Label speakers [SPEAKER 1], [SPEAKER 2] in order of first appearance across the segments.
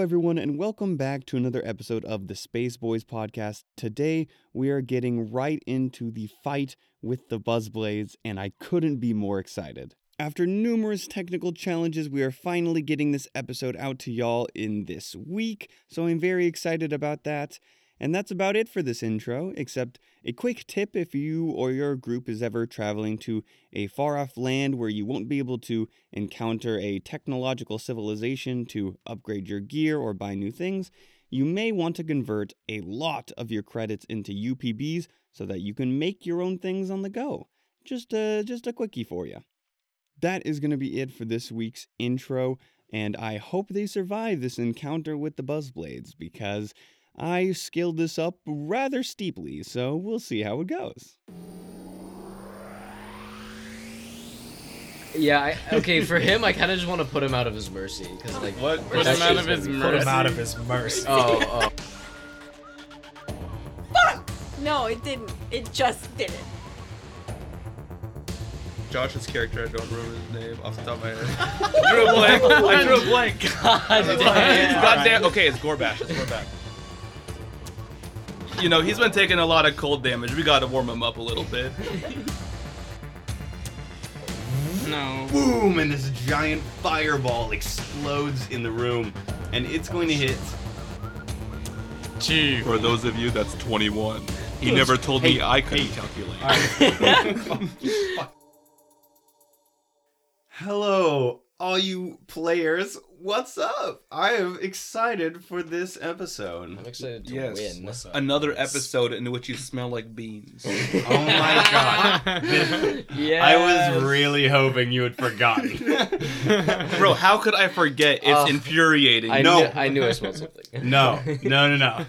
[SPEAKER 1] everyone, and welcome back to another episode of the Space Boys podcast. Today, we are getting right into the fight with the Buzzblades, and I couldn't be more excited. After numerous technical challenges, we are finally getting this episode out to y'all in this week, so I'm very excited about that. And that's about it for this intro, except a quick tip if you or your group is ever traveling to a far off land where you won't be able to encounter a technological civilization to upgrade your gear or buy new things, you may want to convert a lot of your credits into UPBs so that you can make your own things on the go. Just a, just a quickie for you. That is going to be it for this week's intro, and I hope they survive this encounter with the Buzzblades because I scaled this up rather steeply, so we'll see how it goes.
[SPEAKER 2] Yeah. I, okay. For him, I kind of just want to put him out of his mercy because like
[SPEAKER 3] What? Put
[SPEAKER 2] That's
[SPEAKER 3] him out
[SPEAKER 2] just
[SPEAKER 3] of his
[SPEAKER 2] gonna be-
[SPEAKER 4] Put him
[SPEAKER 3] mercy.
[SPEAKER 4] out of his mercy.
[SPEAKER 2] Oh, oh.
[SPEAKER 5] No, it didn't. It just didn't.
[SPEAKER 3] Josh's character, I don't remember his name off the top of my head. I drew a blank. I drew a blank.
[SPEAKER 2] God
[SPEAKER 3] It's
[SPEAKER 2] damn.
[SPEAKER 3] Goddamn. Okay, it's Gorbash. It's Gorbash. You know, he's been taking a lot of cold damage. We gotta warm him up a little bit.
[SPEAKER 2] No.
[SPEAKER 1] Boom! And this giant fireball explodes in the room, and it's going to hit.
[SPEAKER 3] For those of you, that's 21. He never told me I couldn't calculate.
[SPEAKER 1] Hello, all you players. What's up? I am excited for this episode.
[SPEAKER 2] I'm excited to win.
[SPEAKER 3] Another episode in which you smell like beans.
[SPEAKER 1] Oh my god.
[SPEAKER 2] Yeah.
[SPEAKER 1] I was really hoping you had forgotten.
[SPEAKER 3] Bro, how could I forget? It's
[SPEAKER 2] Ugh.
[SPEAKER 3] infuriating.
[SPEAKER 2] I
[SPEAKER 1] No.
[SPEAKER 2] Knew, I knew I smelled something. Uh,
[SPEAKER 1] No, no, no, no.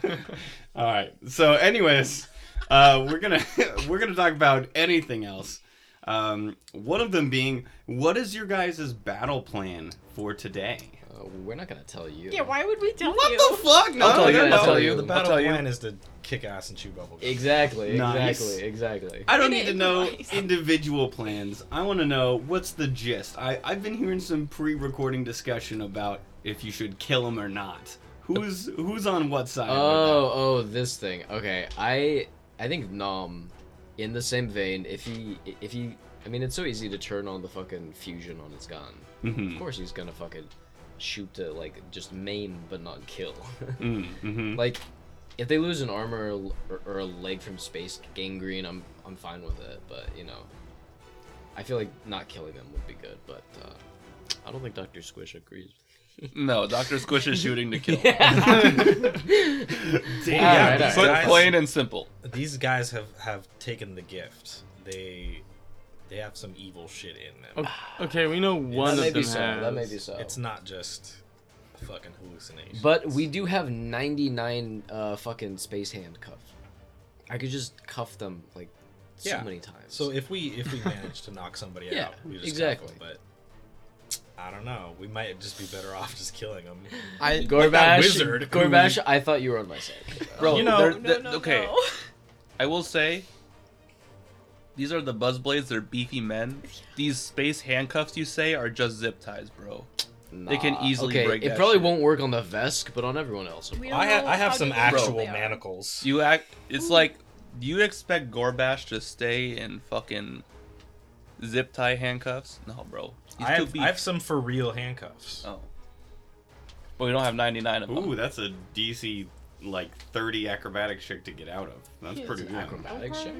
[SPEAKER 1] All right. So, anyways, uh, we're gonna we're gonna talk about anything else. Um, one of them being, what is your guys' battle plan for today?
[SPEAKER 2] Uh, we're not gonna tell you.
[SPEAKER 5] Yeah, why would we tell
[SPEAKER 1] What
[SPEAKER 5] you?
[SPEAKER 1] the fuck? No,
[SPEAKER 4] Oh,
[SPEAKER 2] I'll tell you,
[SPEAKER 1] no,
[SPEAKER 2] I'll
[SPEAKER 1] no.
[SPEAKER 2] tell you.
[SPEAKER 4] The
[SPEAKER 2] I'll
[SPEAKER 4] battle
[SPEAKER 3] tell you.
[SPEAKER 4] plan is to kick ass and chew bubble. gum.
[SPEAKER 2] Exactly.
[SPEAKER 1] Nice.
[SPEAKER 2] Exactly. Exactly.
[SPEAKER 1] I don't
[SPEAKER 5] It
[SPEAKER 1] need to
[SPEAKER 5] is
[SPEAKER 1] know
[SPEAKER 5] nice.
[SPEAKER 1] individual plans. I want to know what's the gist. I, I've been hearing some pre-recording discussion about if you should kill him or not. Who's who's on what side? with
[SPEAKER 4] Uh,
[SPEAKER 2] Oh, oh, this thing. Okay, I, I think Nom, in the same vein, if he, if he, I mean, it's so easy to turn on the fucking fusion on his gun.
[SPEAKER 1] that?
[SPEAKER 2] Of
[SPEAKER 6] Mm-hmm.
[SPEAKER 1] Mhm.
[SPEAKER 2] course, he's gonna fucking shoot to like just maim but not kill.
[SPEAKER 1] Mm,
[SPEAKER 3] Mm-hmm.
[SPEAKER 1] mhm.
[SPEAKER 2] like, if they lose an arm or, a- or, or a leg from space gangrene, I'm I'm fine with it. But you know, I feel like not killing them would be good. But uh, I don't think Doctor Squish agrees.
[SPEAKER 3] No, Dr. Squish is shooting to kill.
[SPEAKER 2] Yeah,
[SPEAKER 4] these
[SPEAKER 2] alright,
[SPEAKER 3] But
[SPEAKER 4] guys-
[SPEAKER 3] plain and simple.
[SPEAKER 4] These guys have have taken the gift. They they have some evil shit in them.
[SPEAKER 7] Okay, we know one
[SPEAKER 2] that may
[SPEAKER 7] of them
[SPEAKER 2] be so. That may
[SPEAKER 7] has.
[SPEAKER 2] be so.
[SPEAKER 4] It's not just a fucking hallucination.
[SPEAKER 2] But we do have 99 uh, fucking space handcuff. I could just cuff them like so
[SPEAKER 4] Yeah.
[SPEAKER 2] many times.
[SPEAKER 4] so if we if we manage to knock somebody
[SPEAKER 2] Yeah,
[SPEAKER 4] out, we just
[SPEAKER 2] exactly.
[SPEAKER 4] kill them, but I don't know. We might just be better off just killing them.
[SPEAKER 2] I
[SPEAKER 4] like that
[SPEAKER 2] Gorbash,
[SPEAKER 4] wizard who-
[SPEAKER 2] Gorbash, I thought you were on my side.
[SPEAKER 3] Bro,
[SPEAKER 4] You know-
[SPEAKER 3] they're-
[SPEAKER 5] No,
[SPEAKER 3] they're-
[SPEAKER 5] no,
[SPEAKER 3] okay.
[SPEAKER 5] no.
[SPEAKER 3] I will say, these are the Buzzblades. They're beefy men. These space handcuffs you say are just zip ties, bro. They can
[SPEAKER 2] Nah,
[SPEAKER 3] easily
[SPEAKER 2] okay,
[SPEAKER 3] break
[SPEAKER 2] It
[SPEAKER 3] that
[SPEAKER 2] probably
[SPEAKER 3] shit.
[SPEAKER 2] won't work on the Vesk, but on everyone else.
[SPEAKER 5] We don't
[SPEAKER 4] I have
[SPEAKER 5] know
[SPEAKER 4] I have
[SPEAKER 5] how
[SPEAKER 4] some
[SPEAKER 5] dangerous they
[SPEAKER 4] actual
[SPEAKER 5] are.
[SPEAKER 4] manacles.
[SPEAKER 3] You act. It's like you expect Gorbash to stay in fucking zip tie handcuffs. No, bro. He's
[SPEAKER 4] I
[SPEAKER 3] too
[SPEAKER 4] have,
[SPEAKER 3] beef.
[SPEAKER 4] I have some for real handcuffs.
[SPEAKER 3] Oh. But we don't have 99 of them.
[SPEAKER 1] Ooh, that's a DC like 30 acrobatic trick to get out of. That's
[SPEAKER 5] Yeah,
[SPEAKER 1] pretty
[SPEAKER 2] it's
[SPEAKER 1] good.
[SPEAKER 2] Acrobatics check.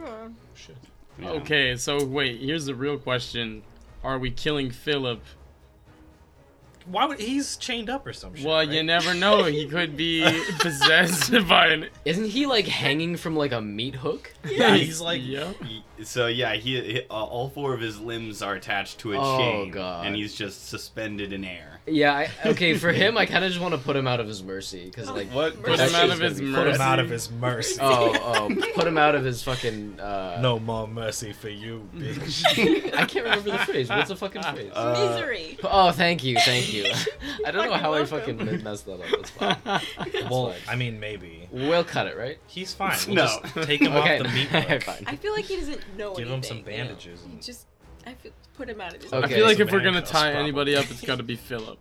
[SPEAKER 2] Shit.
[SPEAKER 1] Yeah.
[SPEAKER 7] Okay, so wait, here's the real question: Are we killing Philip?
[SPEAKER 4] Why would he's chained up or some shit?
[SPEAKER 7] Well, you
[SPEAKER 4] right?
[SPEAKER 7] never know. He could be possessed by an.
[SPEAKER 2] Isn't he like hanging from like a meat hook?
[SPEAKER 4] Yeah, he's like
[SPEAKER 7] yeah.
[SPEAKER 1] Y- So yeah, he, he uh, all four of his limbs are attached to a
[SPEAKER 2] Oh,
[SPEAKER 1] chain,
[SPEAKER 2] God.
[SPEAKER 1] and he's just suspended in air.
[SPEAKER 2] Yeah. I, okay, for him, I kind of just want to put him out of his mercy because like.
[SPEAKER 3] What?
[SPEAKER 5] Put
[SPEAKER 7] Put
[SPEAKER 2] That
[SPEAKER 7] him out
[SPEAKER 2] shit's
[SPEAKER 7] of his
[SPEAKER 2] gonna be-
[SPEAKER 4] put him out of
[SPEAKER 7] mercy.
[SPEAKER 4] his mercy.
[SPEAKER 2] Oh, oh! Put him out of his fucking. Uh,
[SPEAKER 4] No more mercy for you, bitch.
[SPEAKER 2] I can't remember the phrase. What's the fucking phrase?
[SPEAKER 1] Uh,
[SPEAKER 5] Misery.
[SPEAKER 2] Oh, thank you, thank you. I don't know
[SPEAKER 5] Fucking
[SPEAKER 2] how I
[SPEAKER 5] welcome.
[SPEAKER 2] fucking mi- messed that up. That's fine. That's
[SPEAKER 4] well,
[SPEAKER 2] fine.
[SPEAKER 4] I mean, maybe
[SPEAKER 2] We'll cut it, right?
[SPEAKER 4] he's fine. We'll
[SPEAKER 1] No.
[SPEAKER 4] just take him
[SPEAKER 2] okay.
[SPEAKER 4] off the meat. hook.
[SPEAKER 2] fine.
[SPEAKER 5] I feel like he doesn't know
[SPEAKER 4] Give
[SPEAKER 5] anything.
[SPEAKER 4] him some bandages.
[SPEAKER 5] You
[SPEAKER 4] And...
[SPEAKER 5] just, I feel, put him out of his.
[SPEAKER 2] Okay.
[SPEAKER 7] I feel like
[SPEAKER 4] Some
[SPEAKER 7] if we're gonna
[SPEAKER 4] handcuffs,
[SPEAKER 7] tie
[SPEAKER 4] probably.
[SPEAKER 7] anybody up, it's got to be Philip.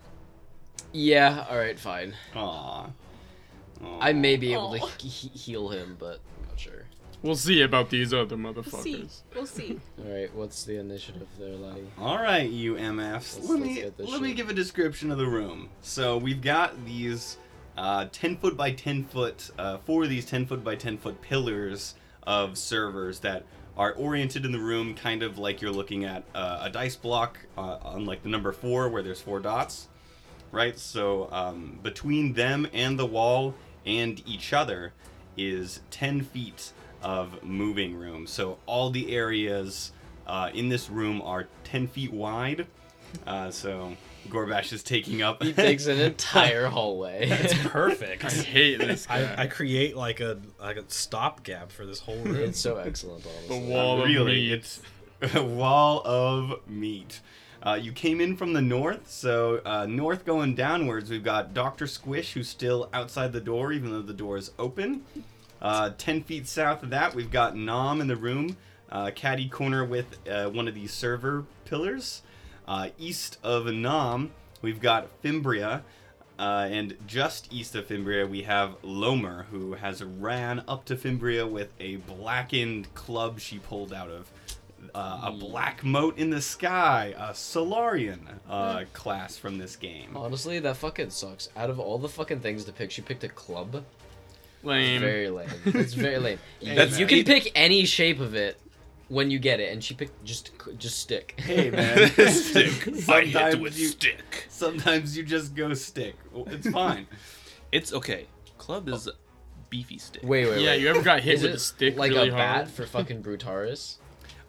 [SPEAKER 2] Yeah. All right. Fine.
[SPEAKER 6] Aw. Aw.
[SPEAKER 2] I may be able
[SPEAKER 5] Aw.
[SPEAKER 2] to he- heal him, but I'm not sure.
[SPEAKER 7] We'll see about these other
[SPEAKER 5] We'll see.
[SPEAKER 7] motherfuckers.
[SPEAKER 5] We'll see.
[SPEAKER 2] All right. What's the initiative there, laddie?
[SPEAKER 6] All right, you
[SPEAKER 2] Let's-
[SPEAKER 6] MFs. let
[SPEAKER 2] let's
[SPEAKER 6] me
[SPEAKER 2] get
[SPEAKER 6] let
[SPEAKER 2] this
[SPEAKER 6] me
[SPEAKER 2] shit.
[SPEAKER 6] give a description of the room. So we've got these uh, ten foot by ten foot, uh, four of these ten foot by ten foot pillars of servers that are oriented in the room, kind of like you're looking at uh, a dice block uh, on like the number four, where there's four dots, right? So um, between them and the wall and each other is ten feet of moving room. So all the areas uh, in this room are 10 feet wide. Uh, so Gorbash is taking up.
[SPEAKER 2] He takes an entire hallway.
[SPEAKER 4] It's
[SPEAKER 7] I
[SPEAKER 4] perfect.
[SPEAKER 7] hate this guy.
[SPEAKER 4] I, I create like a like a stopgap for this whole room.
[SPEAKER 2] it's so excellent,
[SPEAKER 7] the
[SPEAKER 2] honestly.
[SPEAKER 7] wall of
[SPEAKER 6] really,
[SPEAKER 7] meat.
[SPEAKER 6] it's a wall of meat. Uh, you came in from the north, so uh, north going downwards, we've got Dr. Squish, who's still outside the door, even though the door is open. Uh, 10 feet south of that, we've got Nom in the room, uh, caddy corner with uh, one of these server pillars. Uh, east of Nom, we've got Fimbria. Uh, and just east of Fimbria, we have Lomer, who has ran up to Fimbria with a blackened club she pulled out of. Uh, a black moat in the sky, a Solarian uh, class from this game.
[SPEAKER 2] Honestly, that fucking sucks. Out of all the fucking things to pick, she picked a club.
[SPEAKER 7] Lame.
[SPEAKER 2] Very lame. It's very lame.
[SPEAKER 6] Hey,
[SPEAKER 2] That's-
[SPEAKER 6] man.
[SPEAKER 2] you can pick any shape of it when you get it, and she picked just just stick.
[SPEAKER 6] Hey man,
[SPEAKER 3] stick. I hit with
[SPEAKER 6] Sometimes you-
[SPEAKER 3] stick.
[SPEAKER 6] sometimes you just go stick. It's fine.
[SPEAKER 3] It's okay. Club is beefy stick.
[SPEAKER 2] Wait, wait,
[SPEAKER 7] Yeah,
[SPEAKER 2] wait.
[SPEAKER 7] you ever got hit
[SPEAKER 2] Is
[SPEAKER 7] with
[SPEAKER 2] it
[SPEAKER 7] a stick
[SPEAKER 2] like
[SPEAKER 7] really
[SPEAKER 2] a
[SPEAKER 7] hard?
[SPEAKER 2] bat for fucking Brutaris?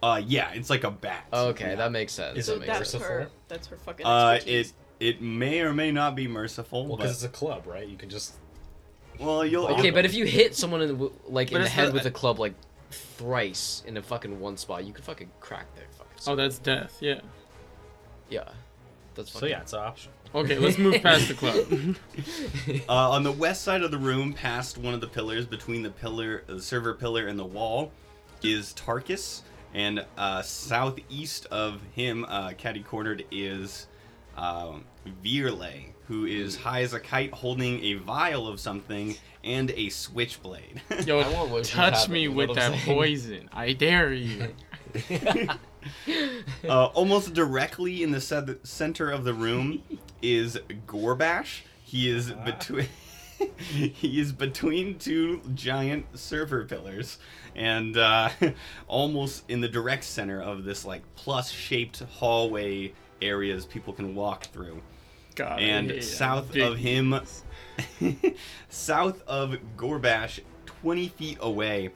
[SPEAKER 6] Uh, yeah, it's like a bat.
[SPEAKER 2] Okay,
[SPEAKER 6] Yeah.
[SPEAKER 2] that makes sense.
[SPEAKER 4] Is
[SPEAKER 2] that
[SPEAKER 5] So
[SPEAKER 4] it
[SPEAKER 2] makes
[SPEAKER 5] that's
[SPEAKER 2] sense.
[SPEAKER 5] her.
[SPEAKER 4] merciful?
[SPEAKER 5] That's her fucking
[SPEAKER 6] Uh,
[SPEAKER 5] expertise.
[SPEAKER 6] it it may or may not be merciful,
[SPEAKER 4] well,
[SPEAKER 6] but
[SPEAKER 4] because it's a club, right? You can just
[SPEAKER 6] well, you'll
[SPEAKER 2] Okay,
[SPEAKER 6] you'll-
[SPEAKER 2] but if you hit someone in the w- like
[SPEAKER 3] But
[SPEAKER 2] in the
[SPEAKER 3] it's
[SPEAKER 2] head
[SPEAKER 3] not-
[SPEAKER 2] with a club like thrice in a fucking one spot, you could fucking crack their fucking.
[SPEAKER 7] Oh,
[SPEAKER 2] skull.
[SPEAKER 7] that's death. Yeah.
[SPEAKER 2] yeah, that's
[SPEAKER 4] so
[SPEAKER 2] fucking.
[SPEAKER 4] yeah, it's an option.
[SPEAKER 7] Okay, let's move past the club.
[SPEAKER 6] Uh, on the west side of the room, past one of the pillars, between the pillar, the server pillar, and the wall, is Tarkus, and uh, southeast of him, uh, caddy cornered, is um, Virle, who is high as a kite, holding a vial of something and a switchblade.
[SPEAKER 7] Yo,
[SPEAKER 2] I want what you
[SPEAKER 7] touch
[SPEAKER 2] have,
[SPEAKER 7] me
[SPEAKER 2] you know
[SPEAKER 7] with
[SPEAKER 2] what I'm
[SPEAKER 7] that
[SPEAKER 2] saying?
[SPEAKER 7] poison. I dare you.
[SPEAKER 6] uh, almost directly in the ce- center of the room is Gorbash. He is between he is between two giant server pillars, and uh, almost in the direct center of this like plus shaped hallway areas people can walk through.
[SPEAKER 7] God, I
[SPEAKER 6] And
[SPEAKER 7] hate- I
[SPEAKER 6] south
[SPEAKER 7] dig
[SPEAKER 6] of him-
[SPEAKER 7] these.
[SPEAKER 6] South of Gorbash, 20 feet away,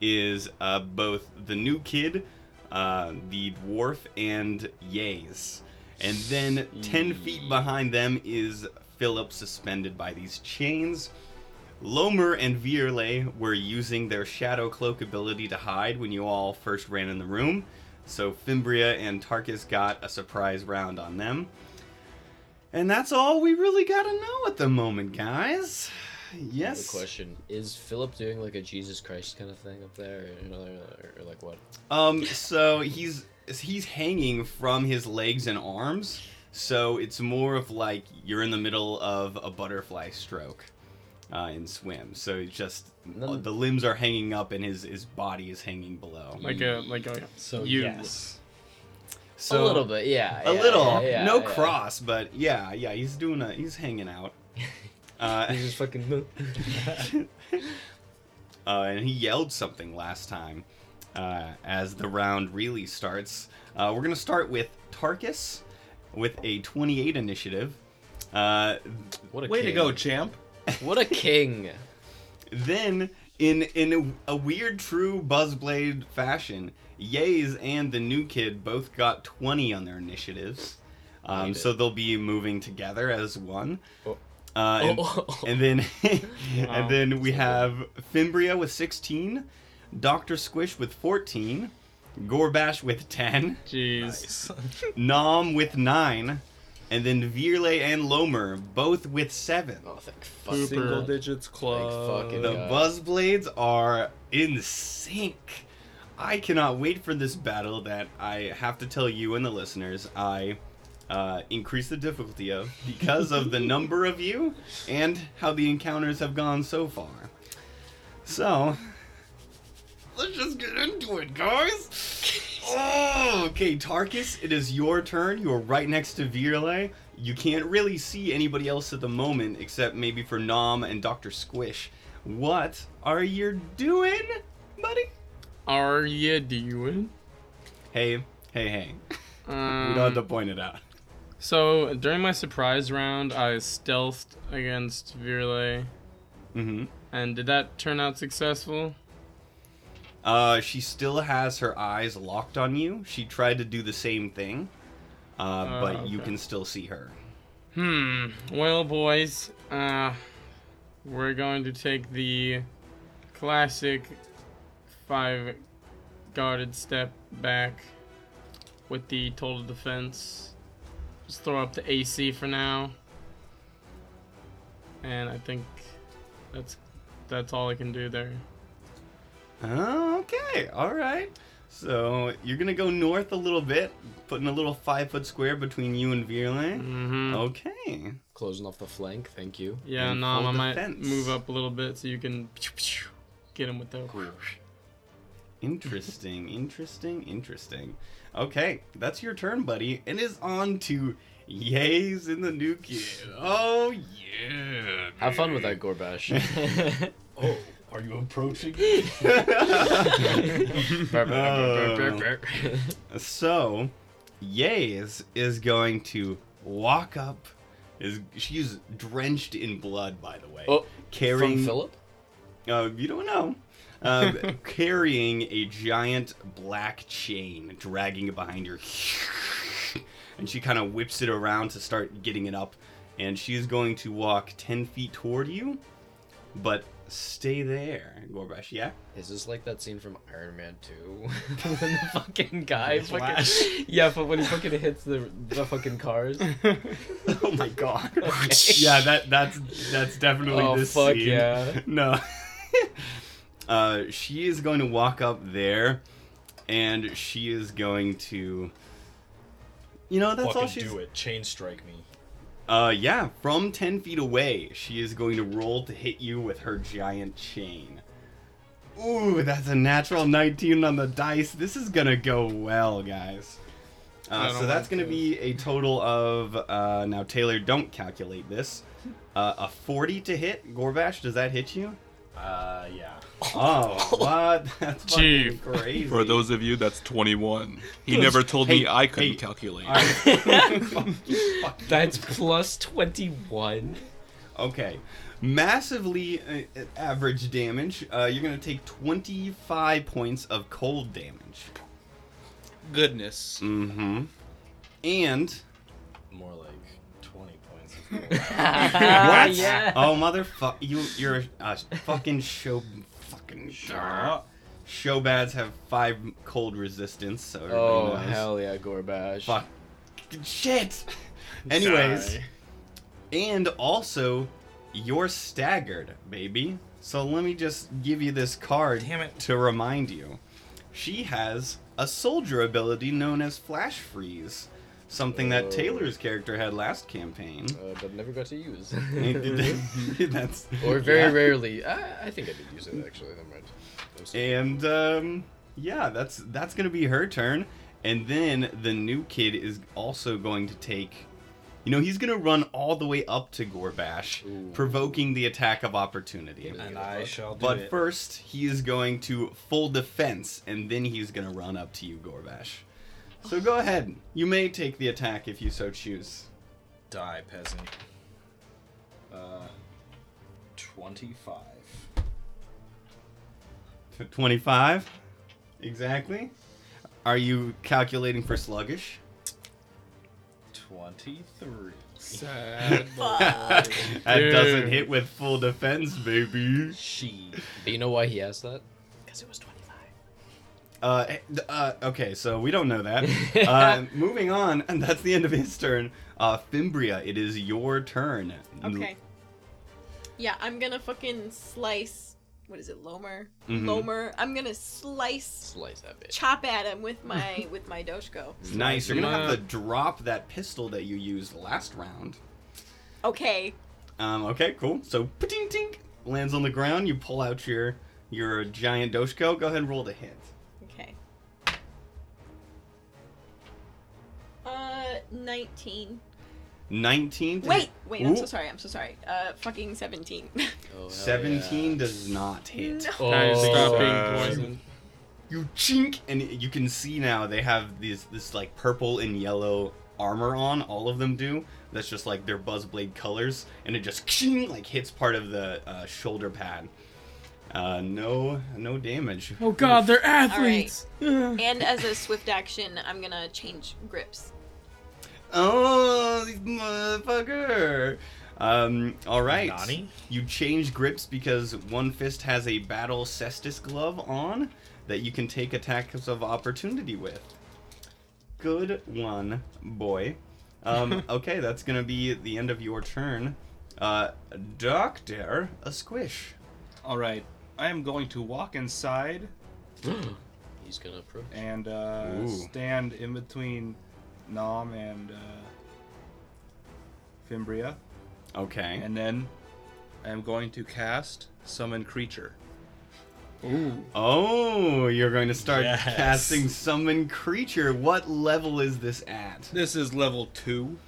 [SPEAKER 6] is uh, both the new kid, uh, the dwarf, and Yays. And then 10 feet behind them is Philip suspended by these chains. Lomer and Virle were using their shadow cloak ability to hide when you all first ran in the room. So Fimbria and Tarkus got a surprise round on them. And that's all we really gotta know at the moment, guys.
[SPEAKER 2] I have
[SPEAKER 6] Yes.
[SPEAKER 2] a question: Is Philip doing like a Jesus Christ kind of thing up there, or, you know, or, or like what?
[SPEAKER 6] Um, so he's he's hanging from his legs and arms, so it's more of like you're in the middle of a butterfly stroke uh, in swim. So it's just
[SPEAKER 2] Then-
[SPEAKER 6] the limbs are hanging up and his his body is hanging below.
[SPEAKER 7] Like a like a
[SPEAKER 4] So
[SPEAKER 7] You-
[SPEAKER 4] yes,
[SPEAKER 6] So
[SPEAKER 2] a little bit, yeah.
[SPEAKER 6] a
[SPEAKER 2] yeah,
[SPEAKER 6] little,
[SPEAKER 2] yeah, yeah,
[SPEAKER 6] no
[SPEAKER 2] yeah.
[SPEAKER 6] cross, but yeah, yeah, he's doing a he's hanging out. Uh,
[SPEAKER 2] He's just fucking.
[SPEAKER 6] uh, and he yelled something last time uh, as the round really starts. Uh, we're going to start with Tarkus with a 28 initiative. Uh,
[SPEAKER 2] what a
[SPEAKER 3] Way
[SPEAKER 2] king.
[SPEAKER 3] to go, champ.
[SPEAKER 2] What a king!
[SPEAKER 6] then, in, in a, a weird, true Buzzblade fashion, Yays and the new kid both got 20 on their initiatives. Um,
[SPEAKER 2] Hate it.
[SPEAKER 6] so they'll be moving together as one.
[SPEAKER 2] Oh.
[SPEAKER 6] Uh, and-
[SPEAKER 2] Oh, oh, oh.
[SPEAKER 6] and then
[SPEAKER 7] Wow.
[SPEAKER 6] and then we have Fimbria with 16, Doctor Squish with 14, Gorbash with 10,
[SPEAKER 7] jeez.
[SPEAKER 6] Nom with 9, and then Virle and Lomer both with 7.
[SPEAKER 2] oh, thank fuck.
[SPEAKER 7] Pooper.
[SPEAKER 3] Single digits
[SPEAKER 2] Like,
[SPEAKER 3] club.
[SPEAKER 2] fucking-
[SPEAKER 6] The
[SPEAKER 2] God.
[SPEAKER 6] Buzzblades are in sync. I cannot wait for this battle that I have to tell you and the listeners I uh, increase the difficulty of because of the number of you and how the encounters have gone so far. So, let's just get into it, guys. Oh, okay, Tarkus, it is your turn. You are right next to Virle. You can't really see anybody else at the moment, except maybe for Nom and Doctor Squish. What are you doing, buddy?
[SPEAKER 7] Are you doing?
[SPEAKER 6] Hey, hey, hey.
[SPEAKER 7] Um,
[SPEAKER 6] we don't have to point it out.
[SPEAKER 7] So during my surprise round, I stealthed against Virle,
[SPEAKER 6] Mm-hmm.
[SPEAKER 7] and did that turn out successful?
[SPEAKER 6] Uh, she still has her eyes locked on you. She tried to do the same thing, uh, but you
[SPEAKER 7] okay.
[SPEAKER 6] can still see her.
[SPEAKER 7] Hmm. Well, boys, uh, we're going to take the classic five guarded step back with the total defense. Just throw up the AC for now, and I think that's that's all I can do there.
[SPEAKER 6] Oh, okay, all right. So you're gonna go north a little bit, putting a little five foot square between you and Virlane.
[SPEAKER 7] Mm-hmm.
[SPEAKER 6] Okay.
[SPEAKER 2] Closing off the flank. Thank you.
[SPEAKER 7] Yeah,
[SPEAKER 6] and
[SPEAKER 7] Nom,
[SPEAKER 6] full
[SPEAKER 7] I might
[SPEAKER 6] defense.
[SPEAKER 7] move up a little bit so you can get him with the.
[SPEAKER 6] Interesting, interesting, interesting. Okay, that's your turn, buddy. It is on to Yays in the New Kid. Oh yeah.
[SPEAKER 2] Have fun with that, Gorbash.
[SPEAKER 4] Oh, are you approaching?
[SPEAKER 6] Oh. So, Yays is going to walk up. Is she's drenched in blood, by the way,
[SPEAKER 2] Oh,
[SPEAKER 6] carrying.
[SPEAKER 2] From Philip?
[SPEAKER 6] Uh, you don't know. Um, carrying a giant black chain, dragging it behind her, and she kind of whips it around to start getting it up. And she's going to walk ten feet toward you, but stay there, Gorbash. Yeah.
[SPEAKER 2] Is this like that scene from Iron Man 2? when the fucking guy fucking.
[SPEAKER 4] Flash.
[SPEAKER 2] Yeah, but when he fucking hits the, the fucking cars.
[SPEAKER 6] Oh my god. yeah, that that's that's definitely
[SPEAKER 2] Oh,
[SPEAKER 6] this
[SPEAKER 2] fuck
[SPEAKER 6] scene.
[SPEAKER 2] yeah.
[SPEAKER 6] No. uh, she is going to walk up there, and she is going to. You know that's all
[SPEAKER 4] Fucking
[SPEAKER 6] she's.
[SPEAKER 4] do it. Chain strike me.
[SPEAKER 6] Uh, yeah, from ten feet away, she is going to roll to hit you with her giant chain. Ooh, that's a natural nineteen on the dice. This is gonna go well, guys.
[SPEAKER 7] I
[SPEAKER 6] Uh,
[SPEAKER 7] don't
[SPEAKER 6] so that's
[SPEAKER 7] like
[SPEAKER 6] gonna
[SPEAKER 7] this.
[SPEAKER 6] be a total of uh, now Taylor, don't calculate this. Uh, a forty to hit. Gorbash, does that hit you?
[SPEAKER 4] Uh, yeah.
[SPEAKER 6] Oh, what? That's fucking
[SPEAKER 7] Chief.
[SPEAKER 6] crazy.
[SPEAKER 3] For those of you, that's 21. He
[SPEAKER 6] Yes.
[SPEAKER 3] never told
[SPEAKER 6] Hey,
[SPEAKER 3] me I couldn't
[SPEAKER 6] hey.
[SPEAKER 3] calculate.
[SPEAKER 6] All right.
[SPEAKER 2] That's plus 21.
[SPEAKER 6] Okay. Massively uh, uh, average damage. Uh, you're going to take 25 points of cold damage.
[SPEAKER 3] Goodness.
[SPEAKER 6] Mm hmm. And.
[SPEAKER 4] More like 20 points.
[SPEAKER 2] Ah, yeah.
[SPEAKER 6] Oh, motherfucker. You, you're a uh, fucking show. Fucking show. Showbads have five cold resistance, so everybody
[SPEAKER 2] Oh,
[SPEAKER 6] knows.
[SPEAKER 2] hell yeah, Gorbash.
[SPEAKER 6] Fuck. Shit! Anyways.
[SPEAKER 7] Die.
[SPEAKER 6] And also, you're staggered, baby. So let me just give you this card
[SPEAKER 4] Damn it.
[SPEAKER 6] to remind you. She has a soldier ability known as Flash Freeze, something that
[SPEAKER 2] Oh.
[SPEAKER 6] Taylor's character had last campaign.
[SPEAKER 2] Uh, but never got to use.
[SPEAKER 6] That's
[SPEAKER 2] or very
[SPEAKER 6] yeah.
[SPEAKER 2] rarely. I, I think I did use it actually. Never mind. I'm sorry.
[SPEAKER 6] And um, yeah, that's that's gonna be her turn. And then the new kid is also going to take. You know, he's gonna run all the way up to Gorbash,
[SPEAKER 2] Ooh.
[SPEAKER 6] provoking the attack of opportunity.
[SPEAKER 4] and I shall do
[SPEAKER 6] But
[SPEAKER 4] it.
[SPEAKER 6] first, he is going to full defense, and then he's going to run up to you, Gorbash. So go ahead. You may take the attack if you so choose.
[SPEAKER 4] Die, peasant. Uh, 25.
[SPEAKER 6] 25? Exactly. Are you calculating for sluggish?
[SPEAKER 4] 23.
[SPEAKER 7] Sad.
[SPEAKER 6] that
[SPEAKER 7] Dude.
[SPEAKER 6] doesn't hit with full defense, baby.
[SPEAKER 4] She.
[SPEAKER 2] But you know why he asked that?
[SPEAKER 5] Because it was 25.
[SPEAKER 6] Uh, eh, d- uh, okay, so we don't know that. Uh, moving on, and that's the end of his turn. Uh, Fimbria, it is your turn.
[SPEAKER 5] Okay. Yeah, I'm gonna fucking slice what is it, Lomer?
[SPEAKER 4] Mm-hmm.
[SPEAKER 2] Mhm.
[SPEAKER 5] Lomer. I'm gonna slice,
[SPEAKER 2] Slice that bitch.
[SPEAKER 5] chop at him with my with my Doshko.
[SPEAKER 6] Nice. You're gonna have to
[SPEAKER 7] Uh,
[SPEAKER 6] drop that pistol that you used last round.
[SPEAKER 5] Okay.
[SPEAKER 6] Um, okay, cool. So, ting tink, lands on the ground. You pull out your your giant Doshko. Go ahead and roll the hit.
[SPEAKER 5] Okay. Uh, 19.
[SPEAKER 6] 19. to-
[SPEAKER 5] Wait, wait, I'm so
[SPEAKER 6] Ooh.
[SPEAKER 5] sorry, I'm so sorry. Uh, fucking 17.
[SPEAKER 2] Oh, hell
[SPEAKER 6] 17
[SPEAKER 2] yeah.
[SPEAKER 6] does not hit.
[SPEAKER 5] No.
[SPEAKER 2] Oh,
[SPEAKER 7] Guys, stop
[SPEAKER 2] uh,
[SPEAKER 7] being poisoned.
[SPEAKER 6] You chink, and you can see now they have these this like purple and yellow armor on. All of them do. That's just like their Buzzblade colors, and it just ching, like hits part of the uh, shoulder pad. Uh, no, no damage.
[SPEAKER 7] Oh god, they're athletes!
[SPEAKER 5] athletes! and as a swift action, I'm gonna change grips.
[SPEAKER 6] Oh, this motherfucker! Um, all right.
[SPEAKER 4] Nani?
[SPEAKER 6] You change grips because one fist has a battle cestus glove on that you can take attacks of opportunity with. Good one, boy. Um, okay, that's gonna be the end of your turn. Uh, Doctor, a squish.
[SPEAKER 3] All right, I am going to walk inside
[SPEAKER 2] He's gonna approach.
[SPEAKER 3] and uh,
[SPEAKER 6] Ooh.
[SPEAKER 3] stand in between Nom and uh, Fimbria,
[SPEAKER 6] Okay.
[SPEAKER 3] and then I am going to cast Summon Creature.
[SPEAKER 6] oh, you're going to start
[SPEAKER 4] Yes.
[SPEAKER 6] casting summon creature. What level is this at?
[SPEAKER 3] This is level two.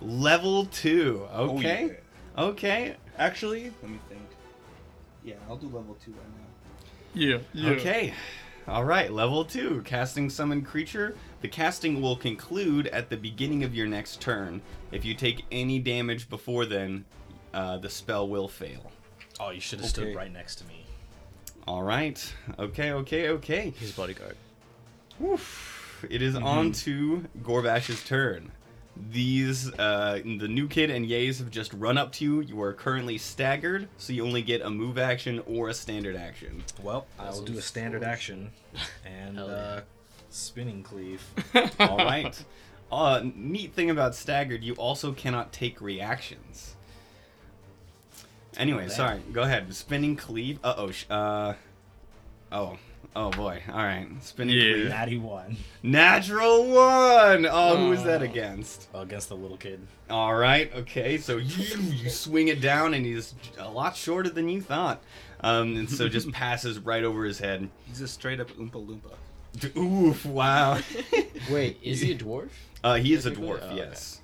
[SPEAKER 6] Level two. Okay. Okay.
[SPEAKER 3] Oh, Actually, let me think. Yeah, I'll do level two right now.
[SPEAKER 7] Yeah, yeah.
[SPEAKER 6] Okay. All right, level two, casting summon creature. The casting will conclude at the beginning of your next turn. If you take any damage before then, uh, the spell will fail.
[SPEAKER 4] Oh, you should have
[SPEAKER 3] Okay.
[SPEAKER 4] stood right next to me.
[SPEAKER 6] All right. Okay, okay, okay.
[SPEAKER 2] His bodyguard.
[SPEAKER 6] Oof. It is on to Gorbash's turn. These, uh, the new kid and Yays have just run up to you. You are currently staggered, so you only get a move action or a standard action.
[SPEAKER 4] Well, I'll do a standard action and
[SPEAKER 2] Hell yeah.
[SPEAKER 4] uh, spinning cleave.
[SPEAKER 6] All right. Uh, neat thing about staggered, you also cannot take reactions. Anyway,
[SPEAKER 4] That-
[SPEAKER 6] sorry. Go ahead. Spinning cleave. Uh oh. Sh- uh. Oh. Oh boy. All right. Spinning
[SPEAKER 7] Yeah.
[SPEAKER 6] cleave.
[SPEAKER 4] Natty one
[SPEAKER 6] Natural one. Oh, who is that
[SPEAKER 7] Oh.
[SPEAKER 6] against?
[SPEAKER 4] against the little kid.
[SPEAKER 6] All right. Okay. So you you swing it down, and he's a lot shorter than you thought. Um, and so just passes right over his head.
[SPEAKER 3] He's a straight up Oompa Loompa.
[SPEAKER 6] D- Oof! Wow.
[SPEAKER 2] Wait, is he a dwarf?
[SPEAKER 6] Uh, he is a
[SPEAKER 2] Technically?
[SPEAKER 6] dwarf,
[SPEAKER 2] Oh, okay.
[SPEAKER 6] yes.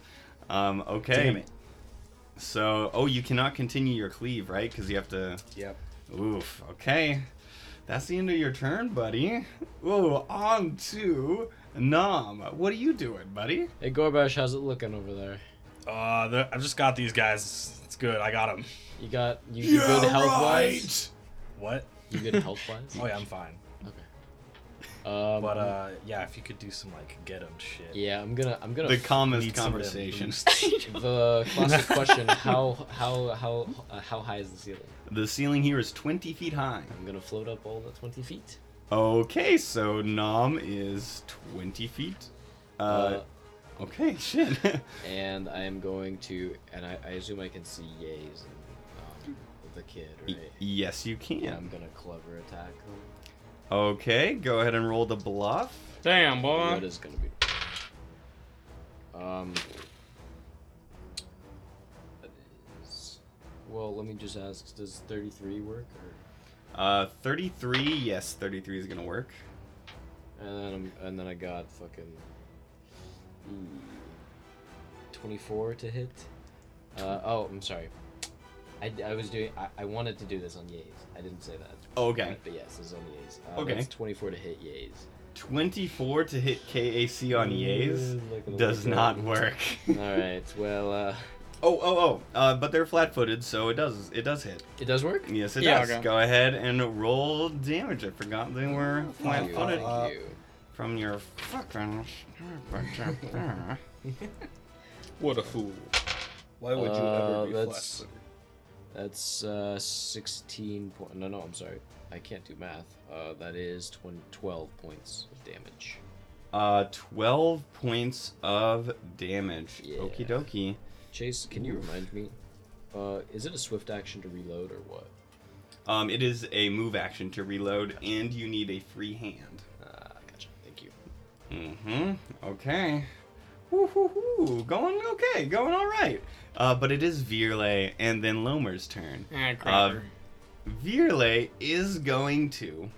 [SPEAKER 6] Um, okay.
[SPEAKER 4] Damn it.
[SPEAKER 6] So, oh, you cannot continue your cleave, right? Because you have to.
[SPEAKER 4] Yep.
[SPEAKER 6] Oof. Okay. That's the end of your turn, buddy. Oh, on to Nom. What are you doing, buddy?
[SPEAKER 2] Hey, Gorbash, how's it looking over there?
[SPEAKER 4] Uh, the, I've just got these guys. It's good. I got them.
[SPEAKER 2] You got you you good health wise?
[SPEAKER 4] What?
[SPEAKER 2] You good health wise?
[SPEAKER 4] Oh yeah, I'm fine.
[SPEAKER 2] Um,
[SPEAKER 4] But uh, yeah, if you could do some like get them shit.
[SPEAKER 2] yeah, I'm gonna I'm gonna
[SPEAKER 6] The
[SPEAKER 2] f-
[SPEAKER 6] calmest
[SPEAKER 4] Need some of them
[SPEAKER 6] conversation.
[SPEAKER 2] the classic question. How how how uh, how high is the ceiling?
[SPEAKER 6] The ceiling here is 20 feet high.
[SPEAKER 2] I'm gonna float up all the 20 feet.
[SPEAKER 6] Okay, so Nom is 20 feet. Uh,
[SPEAKER 2] Uh,
[SPEAKER 6] okay, shit.
[SPEAKER 2] and I am going to, and I, I assume I can see Yays and um, the kid, right?
[SPEAKER 6] yes, you can.
[SPEAKER 2] Yeah, I'm gonna clever attack him.
[SPEAKER 6] Okay, go ahead and roll the bluff.
[SPEAKER 7] Damn,
[SPEAKER 2] What
[SPEAKER 7] boy.
[SPEAKER 2] is gonna be? Um. that is- Well, let me just ask: Does thirty-three work? Or,
[SPEAKER 6] Uh, 33, yes, 33 is gonna work.
[SPEAKER 2] and then i and then I got fucking mm, twenty-four to hit. Uh, oh, I'm sorry. I, d- I was doing. I, I wanted to do this on Yays. I didn't say that.
[SPEAKER 6] Oh, Okay.
[SPEAKER 2] But yes, this is on Yays. Uh,
[SPEAKER 6] Okay.
[SPEAKER 2] That's twenty-four to hit Yays.
[SPEAKER 6] 24 to hit KAC on Yays
[SPEAKER 2] Mm, like a
[SPEAKER 6] does
[SPEAKER 2] little
[SPEAKER 6] not
[SPEAKER 2] girl.
[SPEAKER 6] work.
[SPEAKER 2] All right. Well, uh,
[SPEAKER 6] Oh, oh, oh, uh, but they're flat footed, so it does, it does hit.
[SPEAKER 2] it does work.
[SPEAKER 6] Yes, it
[SPEAKER 7] Yeah,
[SPEAKER 6] does.
[SPEAKER 7] okay.
[SPEAKER 6] Go ahead and roll damage. I forgot they were flat
[SPEAKER 2] Thank you.
[SPEAKER 6] footed
[SPEAKER 4] Uh,
[SPEAKER 2] Thank you.
[SPEAKER 6] from your fucking.
[SPEAKER 3] What a fool. Why would you
[SPEAKER 2] Uh,
[SPEAKER 3] ever be
[SPEAKER 2] that's-
[SPEAKER 3] flat-footed?
[SPEAKER 2] That's uh, 16 point. No, no, I'm sorry. I can't do math. Uh, that is 20, 12 points of damage.
[SPEAKER 6] Uh, 12 points of damage.
[SPEAKER 2] Yeah.
[SPEAKER 6] Okie dokie.
[SPEAKER 2] Chase, can you remind me? Uh, is it a swift action to reload or what?
[SPEAKER 6] Um, it is a move action to reload, and you need a free hand.
[SPEAKER 2] Uh, gotcha. Thank you.
[SPEAKER 6] Mm-hmm. Okay. Woo-hoo-hoo. Going okay. Going all right. Uh, but it is Virle and then Lomer's turn.
[SPEAKER 7] Ah, crap.
[SPEAKER 6] Virle is going to.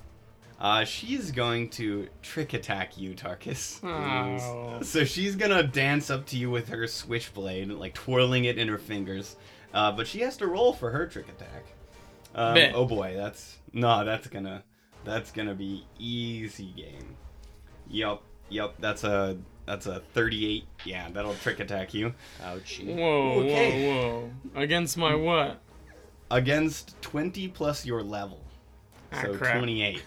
[SPEAKER 6] Uh, she's going to trick attack you, Tarkus.
[SPEAKER 7] Oh.
[SPEAKER 6] So she's gonna dance up to you with her switchblade, like twirling it in her fingers. Uh, but she has to roll for her trick attack. Um,
[SPEAKER 7] Bet.
[SPEAKER 6] oh boy, that's no, that's gonna that's gonna be easy game. Yup, yup. That's a that's a 38. Yeah, that'll trick attack you
[SPEAKER 2] Ouchie.
[SPEAKER 7] Whoa,
[SPEAKER 6] Okay.
[SPEAKER 7] whoa, whoa. Against my what?
[SPEAKER 6] against 20 plus your level.
[SPEAKER 7] Ah,
[SPEAKER 6] so
[SPEAKER 7] crap.
[SPEAKER 6] 28.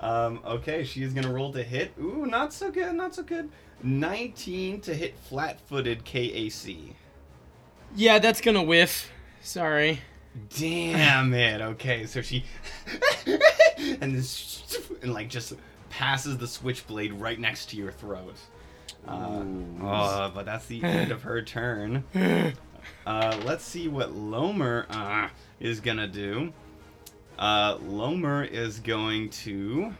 [SPEAKER 6] um, okay, she's gonna roll to hit. Ooh, not so good, not so good. 19 to hit flat-footed KAC.
[SPEAKER 7] Yeah, that's gonna whiff. Sorry.
[SPEAKER 6] Damn it. Okay, so she and this and like just passes the switchblade right next to your throat. Uh, oh, but that's the end of her turn. Uh, let's see what Lomer uh, is gonna do. Uh, Lomer is going to.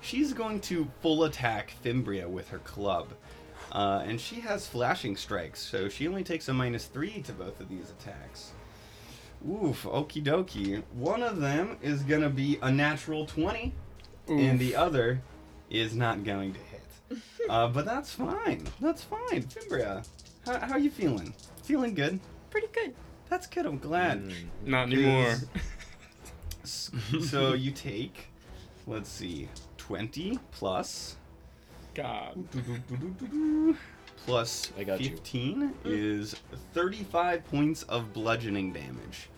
[SPEAKER 6] She's going to full attack Fimbria with her club. Uh, and she has flashing strikes, so she only takes a minus three to both of these attacks. Oof, okie dokie. One of them is going to be a natural 20, and the other is not going to hit. uh, but that's fine. That's fine. Fimbria, how, how are you feeling? Feeling good?
[SPEAKER 5] Pretty good.
[SPEAKER 6] That's good, I'm glad.
[SPEAKER 7] Not anymore.
[SPEAKER 6] S- so you take, let's see, 20 plus.
[SPEAKER 7] God.
[SPEAKER 6] plus
[SPEAKER 2] I got you.
[SPEAKER 6] 15 is 35 points of bludgeoning damage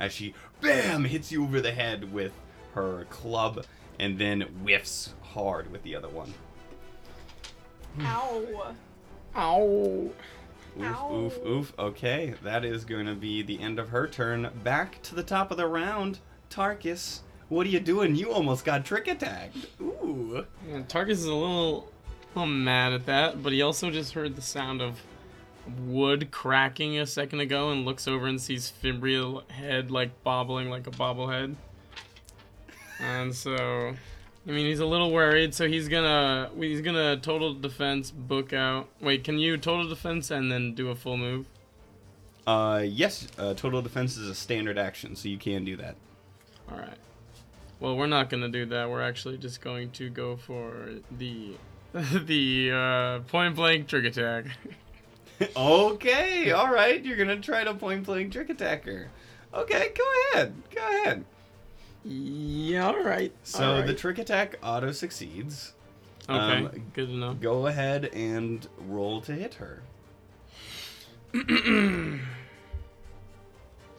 [SPEAKER 6] as she bam hits you over the head with her club and then whiffs hard with the other one
[SPEAKER 5] Ow.
[SPEAKER 7] Ow.
[SPEAKER 6] oof
[SPEAKER 5] Ow.
[SPEAKER 6] oof oof okay that is going to be the end of her turn back to the top of the round tarkus what are you doing you almost got trick attacked ooh
[SPEAKER 7] Yeah, Tarkus is a little, little mad at that, but he also just heard the sound of wood cracking a second ago and looks over and sees Fimbria head like bobbling like a bobblehead. And so, I mean, he's a little worried, so he's gonna he's gonna total defense book out. Wait, can you total defense and then do a full move?
[SPEAKER 6] uh yes uh, total defense is a standard action so you can do that
[SPEAKER 7] All right. Well, we're not gonna do that. We're actually just going to go for the the uh, point blank trick attack.
[SPEAKER 6] Okay, all right. You're gonna try to point playing trick attacker. Okay, go ahead. Go ahead.
[SPEAKER 7] Yeah, all right.
[SPEAKER 6] So
[SPEAKER 7] all
[SPEAKER 6] the
[SPEAKER 7] right.
[SPEAKER 6] trick attack auto succeeds.
[SPEAKER 7] okay,
[SPEAKER 6] um,
[SPEAKER 7] good enough.
[SPEAKER 6] Go ahead and roll to hit her.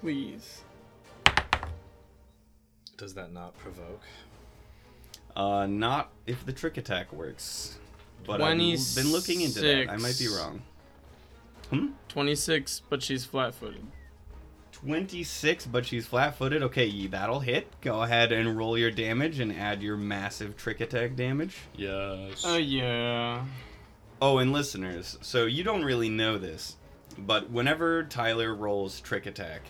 [SPEAKER 7] Please.
[SPEAKER 4] Does that not provoke?
[SPEAKER 6] Uh, not if the trick attack works. But I've l- been looking into that. I might be
[SPEAKER 7] 26.
[SPEAKER 6] wrong.
[SPEAKER 7] 26, but she's flat-footed.
[SPEAKER 6] 26, but she's flat footed. Okay, ye- that'll hit. Go ahead and roll your damage and add your massive trick attack damage.
[SPEAKER 2] Yes.
[SPEAKER 7] Oh yeah.
[SPEAKER 6] Oh, and listeners, so you don't really know this, but whenever Tyler rolls Trick Attack,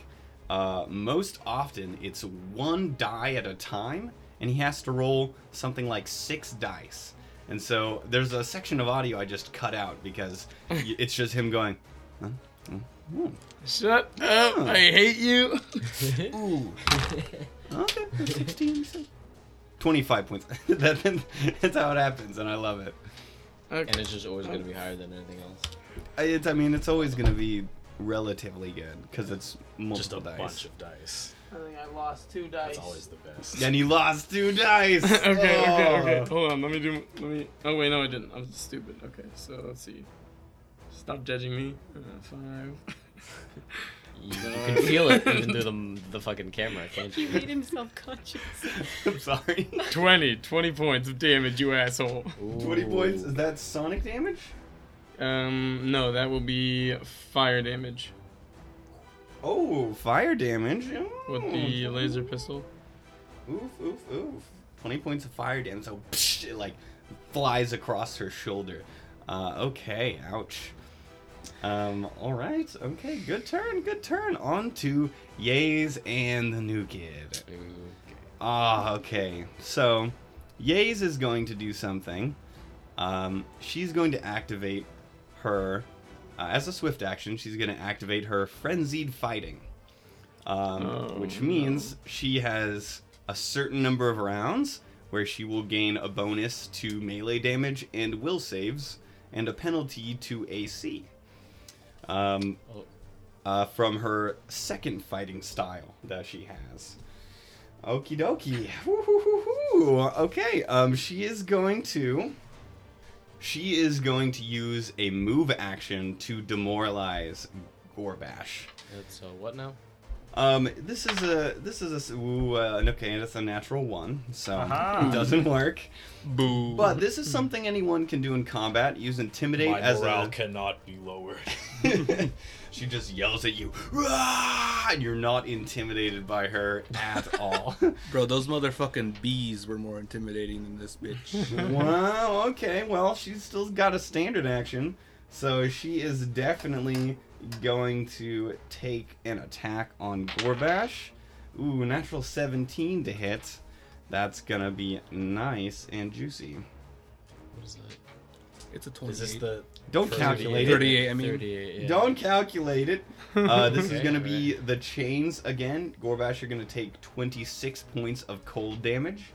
[SPEAKER 6] uh, most often it's one die at a time, and he has to roll something like six dice. And so there's a section of audio I just cut out because y- it's just him going, "Huh? Huh? Ooh.
[SPEAKER 7] Shut up! I hate you.
[SPEAKER 6] Ooh. okay, 16, so- 25 points. that, that's how it happens, and I love it.
[SPEAKER 7] Okay.
[SPEAKER 2] And it's just always gonna be higher than anything else.
[SPEAKER 6] I- It's, I mean, it's always going to be relatively good because it's multiple
[SPEAKER 4] Just a
[SPEAKER 6] dice.
[SPEAKER 4] bunch of dice.
[SPEAKER 7] I think I lost two dice.
[SPEAKER 4] That's always the best.
[SPEAKER 6] And he lost two dice.
[SPEAKER 7] okay, okay,
[SPEAKER 6] Oh.
[SPEAKER 7] okay. Hold on. Let me do. Let me. Oh wait, no, I didn't. I'm stupid. Okay, so let's see. Stop judging me. Uh, five.
[SPEAKER 2] You, you can feel it even through the, the fucking camera, can't
[SPEAKER 5] He
[SPEAKER 2] you?
[SPEAKER 5] made himself conscious.
[SPEAKER 6] Oh, I'm sorry.
[SPEAKER 7] 20, 20 points of damage, you asshole.
[SPEAKER 6] Twenty
[SPEAKER 2] Ooh.
[SPEAKER 6] points. Is that sonic damage?
[SPEAKER 7] Um, no, that will be fire damage
[SPEAKER 6] Oh, fire damage.
[SPEAKER 7] with the
[SPEAKER 8] Hmm.
[SPEAKER 6] Ooh.
[SPEAKER 7] laser pistol.
[SPEAKER 6] Oof, oof, oof. Twenty points of fire damage. So psh, it like flies across her shoulder. Uh, okay. Ouch. Um, all right. Okay. Good turn. Good turn. On to Yays and the new kid. Ah, okay. So, Yays is going to do something. Um, she's going to activate her, uh, as a swift action, she's going to activate her frenzied fighting. Um,
[SPEAKER 7] Oh,
[SPEAKER 6] which
[SPEAKER 7] no.
[SPEAKER 6] means she has a certain number of rounds where she will gain a bonus to melee damage and will saves and a penalty to AC. Um,
[SPEAKER 4] Oh.
[SPEAKER 6] uh, from her second fighting style that she has. Okie dokie. Woo-hoo-hoo-hoo. Okay, um, she is going to. She is going to use a move action to demoralize Gorbash.
[SPEAKER 2] It's uh, what now?
[SPEAKER 6] Um, this is a this is a s- ooh, uh, okay. That's a natural one, so
[SPEAKER 3] Aha.
[SPEAKER 6] it doesn't work.
[SPEAKER 3] Boo.
[SPEAKER 6] But this is something anyone can do in combat. Use intimidate
[SPEAKER 4] My
[SPEAKER 6] as
[SPEAKER 4] morale
[SPEAKER 6] a.
[SPEAKER 4] cannot be lowered.
[SPEAKER 6] she just yells at you, "Rah!" and you're not intimidated by her at all.
[SPEAKER 3] Bro, those motherfucking bees were more intimidating than this bitch.
[SPEAKER 6] wow. Okay. Well, she's still got a standard action, so she is definitely going to take an attack on Gorbash. Ooh, natural 17 to hit. That's gonna be nice and juicy.
[SPEAKER 2] What is that?
[SPEAKER 3] It's a 28.
[SPEAKER 4] Is this the
[SPEAKER 6] Don't
[SPEAKER 4] 38.
[SPEAKER 6] calculate it.
[SPEAKER 3] 38, I mean.
[SPEAKER 2] 38. yeah.
[SPEAKER 6] Don't calculate it. Uh, this is
[SPEAKER 2] Okay,
[SPEAKER 6] gonna be the chains again. Gorbash, you're gonna take 26 points of cold damage.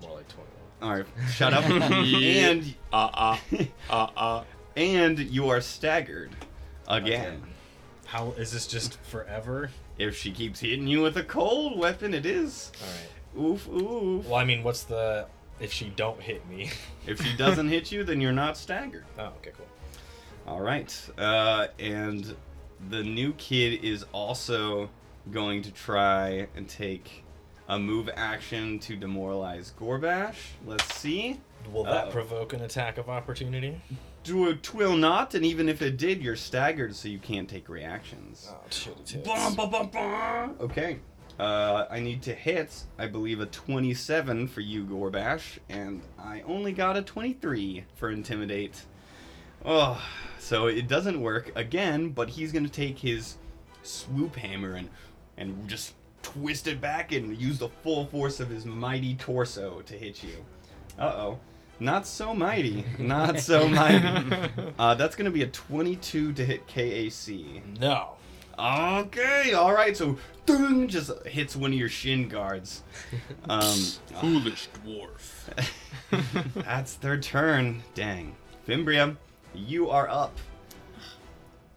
[SPEAKER 4] more like twenty-one?
[SPEAKER 6] All right, shut up. and
[SPEAKER 3] Uh-uh. Uh-uh.
[SPEAKER 6] and you are staggered again.
[SPEAKER 4] Okay. How is this just forever?
[SPEAKER 6] If she keeps hitting you with a cold weapon, it is.
[SPEAKER 4] All right.
[SPEAKER 6] Oof, oof.
[SPEAKER 4] Well, I mean, what's the if she don't hit me?
[SPEAKER 6] If she doesn't hit you, then you're not staggered.
[SPEAKER 4] oh, okay, cool.
[SPEAKER 6] All right. Uh, and the new kid is also going to try and take a move action to demoralize Gorbash. Let's see.
[SPEAKER 4] Will that
[SPEAKER 6] Uh-oh.
[SPEAKER 4] provoke an attack of opportunity?
[SPEAKER 6] Do a twill not, and even if it did, you're staggered, so you can't take reactions.
[SPEAKER 4] Oh shit! It hits.
[SPEAKER 6] Bum, bum, bum, bum. Okay. Uh, I need to hit, I believe, a 27 for you, Gorbash, and I only got a 23 for Intimidate. Oh, so it doesn't work again, but he's going to take his swoop hammer and, and just twist it back and use the full force of his mighty torso to hit you. Uh oh. Not so mighty. Not so mighty. Uh, that's going to be a 22 to hit KAC.
[SPEAKER 4] No.
[SPEAKER 6] Okay, all right. So, ding, just hits one of your shin guards. Um,
[SPEAKER 3] Foolish dwarf.
[SPEAKER 6] that's their turn. Dang, Fimbria, you are up.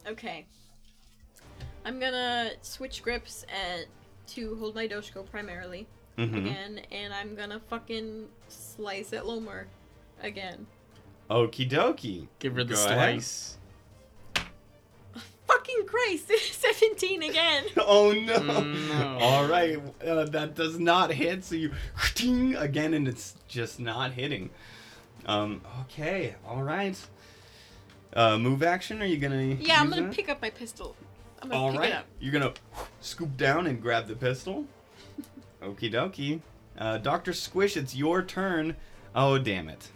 [SPEAKER 5] Okay. I'm gonna switch grips and to hold my Doshko primarily
[SPEAKER 6] Mhm.
[SPEAKER 5] again, and I'm gonna fucking slice at Lomer again.
[SPEAKER 6] Okie dokie.
[SPEAKER 7] Give her the
[SPEAKER 6] Go ahead.
[SPEAKER 7] slice.
[SPEAKER 5] Fucking Christ! 17 again!
[SPEAKER 6] Oh no.
[SPEAKER 7] No.
[SPEAKER 6] All right, uh, that does not hit. So you ding again, and it's just not hitting. Um. Okay. All right. Uh, move action? Are you gonna?
[SPEAKER 5] Yeah, I'm
[SPEAKER 6] use
[SPEAKER 5] gonna
[SPEAKER 6] that?
[SPEAKER 5] pick up my pistol. I'm gonna
[SPEAKER 6] All
[SPEAKER 5] pick it
[SPEAKER 6] right,
[SPEAKER 5] up.
[SPEAKER 6] you're gonna scoop down and grab the pistol. Okie dokie. Uh, Doctor Squish, it's your turn. Oh damn it!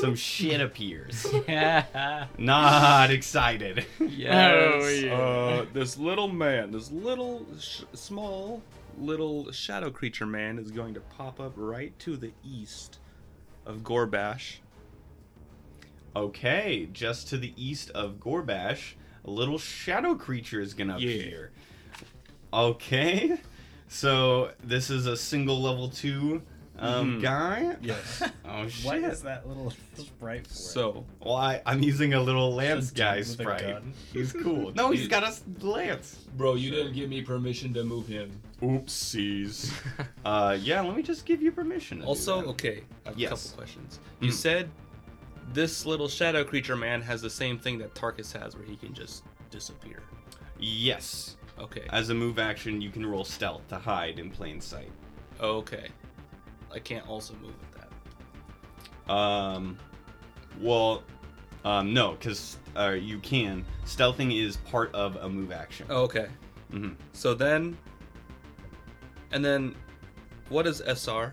[SPEAKER 6] Some shit appears.
[SPEAKER 2] Yeah.
[SPEAKER 6] Not excited.
[SPEAKER 3] Yes.
[SPEAKER 7] Oh, yeah.
[SPEAKER 3] Uh, this little man, this little sh- small little shadow creature man is going to pop up right to the east of Gorbash.
[SPEAKER 6] Okay, just to the east of Gorbash, a little shadow creature is gonna
[SPEAKER 3] Yeah.
[SPEAKER 6] appear. Okay, so this is a single level two um,
[SPEAKER 3] Mhm.
[SPEAKER 6] guy.
[SPEAKER 3] Yes.
[SPEAKER 6] Oh shit!
[SPEAKER 4] What is that little sprite for?
[SPEAKER 3] so,
[SPEAKER 6] Why? I'm using a little lance
[SPEAKER 4] Just dude
[SPEAKER 6] guy
[SPEAKER 4] with a
[SPEAKER 6] sprite.
[SPEAKER 4] gun.
[SPEAKER 6] He's cool. No, he's got a s- lance.
[SPEAKER 8] Bro, you didn't give me permission to move him.
[SPEAKER 6] Oopsies. uh, yeah, let me just give you permission. To do
[SPEAKER 3] also,
[SPEAKER 6] that.
[SPEAKER 3] okay, I have
[SPEAKER 6] Yes.
[SPEAKER 3] a couple questions. You
[SPEAKER 6] Mm.
[SPEAKER 3] said this little shadow creature man has the same thing that Tarkus has where he can just disappear.
[SPEAKER 6] yes.
[SPEAKER 3] Okay.
[SPEAKER 6] As a move action, you can roll stealth to hide in plain sight.
[SPEAKER 3] Okay. I can't also move with that.
[SPEAKER 6] Um, well, um, no, because uh, you can. Stealthing is part of a move action.
[SPEAKER 3] Okay.
[SPEAKER 6] Mhm.
[SPEAKER 3] Mm-hmm. So then, and then, what is SR?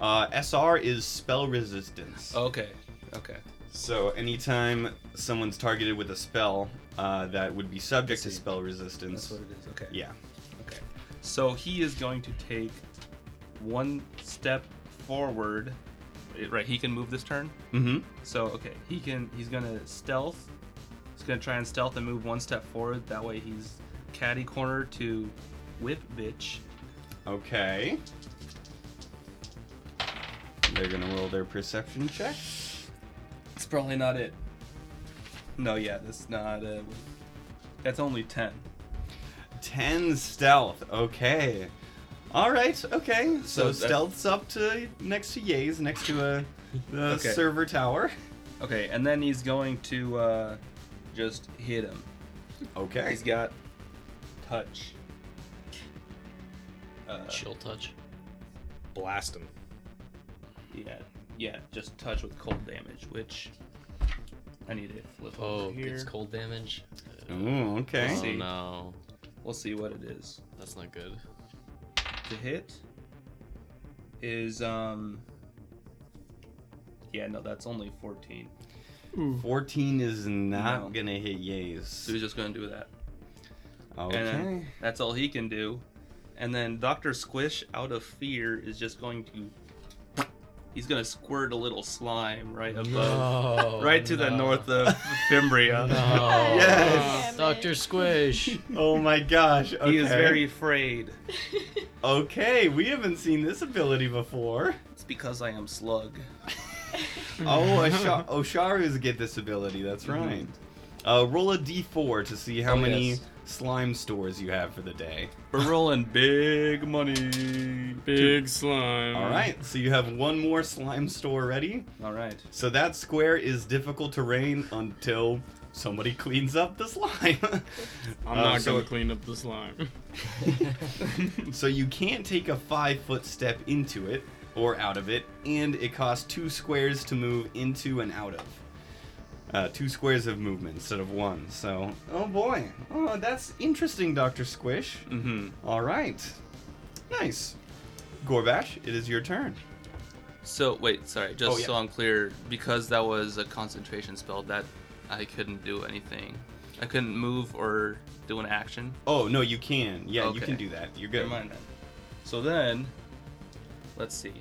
[SPEAKER 6] Uh, SR is spell resistance.
[SPEAKER 3] Oh. Okay. Okay.
[SPEAKER 6] So anytime someone's targeted with a spell, uh, that would be subject to
[SPEAKER 3] Let's see.
[SPEAKER 6] spell
[SPEAKER 3] That's
[SPEAKER 6] resistance.
[SPEAKER 3] what it is. Okay.
[SPEAKER 6] Yeah.
[SPEAKER 3] Okay. So he is going to take one step forward. Wait, Right, he can move this turn.
[SPEAKER 6] Mm-hmm.
[SPEAKER 3] So okay, he can. He's gonna stealth. He's gonna try and stealth and move one step forward. That way, he's caddy corner to whip bitch.
[SPEAKER 6] Okay. They're gonna roll their perception check.
[SPEAKER 3] It's probably not it. No, yeah, that's not. Uh, that's only ten.
[SPEAKER 6] 10 stealth. Okay. All right. Okay. So,
[SPEAKER 3] So that-
[SPEAKER 6] stealth's up to next to Ye's, next to a the
[SPEAKER 3] Okay.
[SPEAKER 6] server tower.
[SPEAKER 3] Okay, and then he's going to uh, just hit him.
[SPEAKER 6] Okay.
[SPEAKER 3] He's got touch. Uh,
[SPEAKER 2] Chill touch.
[SPEAKER 4] Blast him.
[SPEAKER 3] yeah, yeah, just touch with cold damage, which I need to flip.
[SPEAKER 2] Oh,
[SPEAKER 7] Here.
[SPEAKER 2] it's cold damage.
[SPEAKER 6] Ooh, okay.
[SPEAKER 2] Oh
[SPEAKER 3] see.
[SPEAKER 2] no,
[SPEAKER 3] We'll see what it is.
[SPEAKER 2] that's not good.
[SPEAKER 3] The hit is um. Yeah, no, that's only fourteen.
[SPEAKER 6] 14 is not
[SPEAKER 3] No.
[SPEAKER 6] gonna hit
[SPEAKER 3] So
[SPEAKER 6] Ye's.
[SPEAKER 3] he's just gonna do that.
[SPEAKER 6] Okay.
[SPEAKER 3] then- That's all he can do. And then Dr. Squish, out of fear, is just going to. He's going to squirt a little slime right above. right to the north of Fimbria.
[SPEAKER 2] Oh, No.
[SPEAKER 6] Yes.
[SPEAKER 2] Oh. Doctor Squish.
[SPEAKER 6] oh my gosh. Okay.
[SPEAKER 3] He is very afraid.
[SPEAKER 6] Okay, we haven't seen this ability before.
[SPEAKER 3] It's because I am Slug.
[SPEAKER 6] Oh, Asha- Osharu's get this ability. That's
[SPEAKER 7] Mm-hmm.
[SPEAKER 6] right. Uh, roll a d4 to see how
[SPEAKER 2] Oh,
[SPEAKER 6] many
[SPEAKER 2] yes.
[SPEAKER 6] slime stores you have for the day.
[SPEAKER 3] We're rolling big money.
[SPEAKER 7] Big slime.
[SPEAKER 6] All right, so you have one more slime store ready.
[SPEAKER 3] All right.
[SPEAKER 6] So that square is difficult terrain until somebody cleans up the slime.
[SPEAKER 7] I'm
[SPEAKER 6] Uh,
[SPEAKER 7] not
[SPEAKER 6] so-
[SPEAKER 7] gonna clean up the slime.
[SPEAKER 6] so you can't take a five foot step into it or out of it, and it costs two squares to move into and out of. Uh, two squares of movement instead of one. So, oh boy. Oh, that's interesting, Dr. Squish.
[SPEAKER 3] Mm-hmm.
[SPEAKER 6] All right. Nice. Gorbash, it is your turn.
[SPEAKER 3] So, wait, sorry. Just
[SPEAKER 6] Oh, yeah.
[SPEAKER 3] so I'm clear, because that was a concentration spell, that I couldn't do anything. I couldn't move or do an action.
[SPEAKER 6] Oh, no, you can. Yeah, you
[SPEAKER 3] Okay.
[SPEAKER 6] can do that. You're good.
[SPEAKER 3] Never mind then. So then, let's see.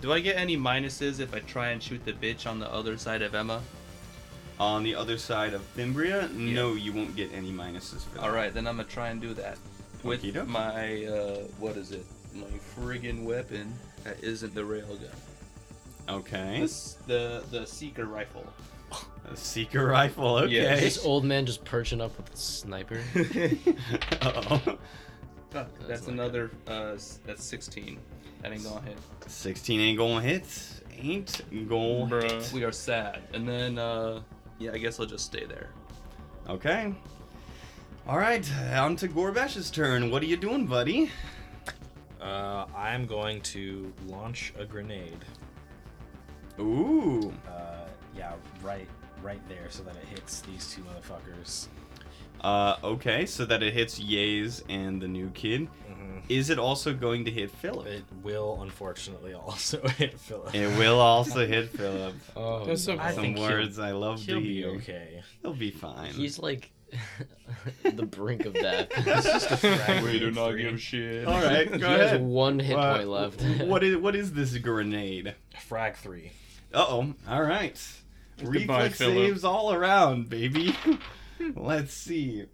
[SPEAKER 3] Do I get any minuses if I try and shoot the bitch on the other side of Emma?
[SPEAKER 6] On the other side of Fimbria, no, you won't get any minuses for that.
[SPEAKER 3] All right, then I'm gonna try and do that with
[SPEAKER 6] Okie dokie.
[SPEAKER 3] my uh, what is it? My friggin' weapon that isn't the railgun.
[SPEAKER 6] Okay.
[SPEAKER 3] It's the the seeker rifle.
[SPEAKER 6] A seeker rifle. Okay.
[SPEAKER 3] Yeah,
[SPEAKER 2] This old man just perching up with the sniper.
[SPEAKER 6] Uh-oh.
[SPEAKER 3] Fuck,
[SPEAKER 2] That's
[SPEAKER 3] that's
[SPEAKER 2] not
[SPEAKER 3] another. Uh, s- that's 16. That ain't gonna hit.
[SPEAKER 6] 16 ain't gonna hit. Ain't gonna hit.
[SPEAKER 7] Bruh.
[SPEAKER 3] We are sad. And then uh, yeah, I guess I'll just stay there.
[SPEAKER 6] Okay. All right, on to Gorbash's turn. What are you doing, buddy?
[SPEAKER 4] Uh, I'm going to launch a grenade.
[SPEAKER 6] Ooh.
[SPEAKER 4] Uh, yeah, right, right there, so that it hits these two motherfuckers.
[SPEAKER 6] Uh, okay, so that it hits Yays and the new kid.
[SPEAKER 4] Mhm.
[SPEAKER 6] Is it also going to hit Philip?
[SPEAKER 4] It will, unfortunately, also hit Philip.
[SPEAKER 6] It will also hit Philip.
[SPEAKER 2] Oh,
[SPEAKER 7] That's okay.
[SPEAKER 4] I
[SPEAKER 6] Some
[SPEAKER 4] think he'll-
[SPEAKER 6] words I love
[SPEAKER 4] He'll
[SPEAKER 6] to
[SPEAKER 4] be
[SPEAKER 6] hear.
[SPEAKER 4] okay.
[SPEAKER 6] He'll be fine.
[SPEAKER 2] he's like the brink of death.
[SPEAKER 4] We do not give
[SPEAKER 3] shit.
[SPEAKER 6] All right, go
[SPEAKER 2] he has
[SPEAKER 6] ahead.
[SPEAKER 2] one hit
[SPEAKER 6] Uh,
[SPEAKER 2] point left.
[SPEAKER 6] what is what is this grenade?
[SPEAKER 4] Frag three.
[SPEAKER 6] Uh oh. All right.
[SPEAKER 7] Goodbye,
[SPEAKER 6] Reflex
[SPEAKER 7] Philip.
[SPEAKER 6] saves all around, baby. Let's see.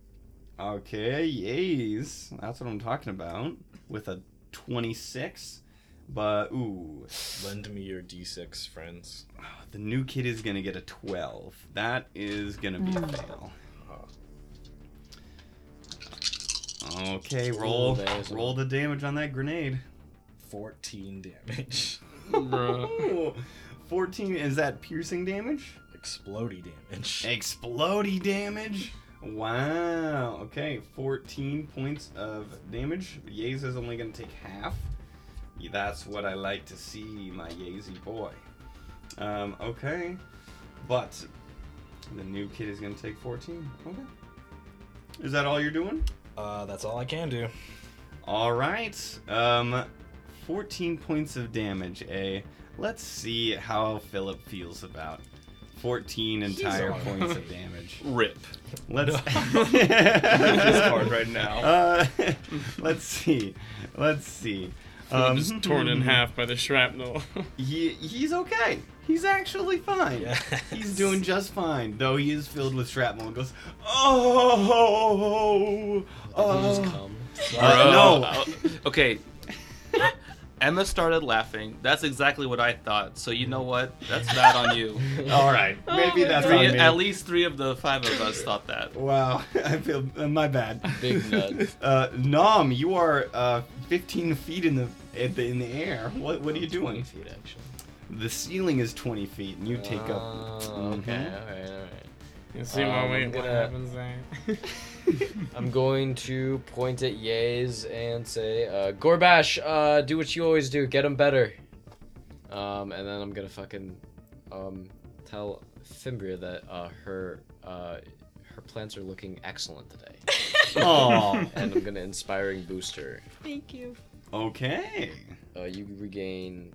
[SPEAKER 6] Okay, yays. That's what I'm talking about. With a 26. But, ooh.
[SPEAKER 4] Lend me your d6, friends.
[SPEAKER 6] The new kid is going to get a 12. That is going to be a fail. Okay, roll
[SPEAKER 2] there's a-
[SPEAKER 6] roll the damage on that grenade.
[SPEAKER 4] Fourteen damage.
[SPEAKER 7] Bruh.
[SPEAKER 6] Ooh, 14 is that piercing damage?
[SPEAKER 4] Explody damage.
[SPEAKER 6] Explody damage. Wow. Okay, 14 points of damage. Yaze is only going to take half. That's what I like to see, my Yazy boy. Um, okay. But the new kid is going to take 14. Okay. Is that all you're doing?
[SPEAKER 4] Uh, that's all I can do.
[SPEAKER 6] All right. Um, 14 points of damage, eh? Let's see how Philip feels about 14 entire
[SPEAKER 4] alright.
[SPEAKER 6] points of damage.
[SPEAKER 3] Rip.
[SPEAKER 6] Let's
[SPEAKER 3] this card right now.
[SPEAKER 6] Uh, let's see. Let's see. Um,
[SPEAKER 7] just torn in half by the shrapnel.
[SPEAKER 6] he, he's okay. He's actually fine. He's doing just fine, though he is filled with shrapnel and goes, oh,
[SPEAKER 2] just
[SPEAKER 6] oh.
[SPEAKER 2] come.
[SPEAKER 6] Uh,
[SPEAKER 3] Bro. Okay. Emma started laughing. That's exactly what I thought. So you know what? That's bad on you.
[SPEAKER 6] no. All right.
[SPEAKER 5] Oh
[SPEAKER 6] Maybe
[SPEAKER 5] my
[SPEAKER 6] that's
[SPEAKER 5] God.
[SPEAKER 6] on
[SPEAKER 3] Three,
[SPEAKER 6] me.
[SPEAKER 3] at least three of the five of us thought that.
[SPEAKER 6] Wow. I feel uh, my bad.
[SPEAKER 2] Big nut.
[SPEAKER 6] Uh, Nom, you are uh, 15 feet in the, at the in the air. What what are you
[SPEAKER 2] 20
[SPEAKER 6] doing?
[SPEAKER 2] feet, actually.
[SPEAKER 6] The ceiling is 20 feet, and you take up.
[SPEAKER 2] Oh,
[SPEAKER 6] Mhm.
[SPEAKER 2] Okay, alright, alright.
[SPEAKER 7] you see
[SPEAKER 2] Um,
[SPEAKER 7] what, we,
[SPEAKER 2] I'm
[SPEAKER 7] what
[SPEAKER 2] gonna-
[SPEAKER 7] happens there.
[SPEAKER 2] I'm going to point at Yays and say, uh, Gorbash, uh, do what you always do, get him better. Um, and then I'm gonna fucking um, tell Fimbria that uh, her uh, her plants are looking excellent today. Uh,
[SPEAKER 6] Oh.
[SPEAKER 2] and I'm gonna inspiring boost her.
[SPEAKER 5] Thank you.
[SPEAKER 6] okay.
[SPEAKER 2] Uh, you regain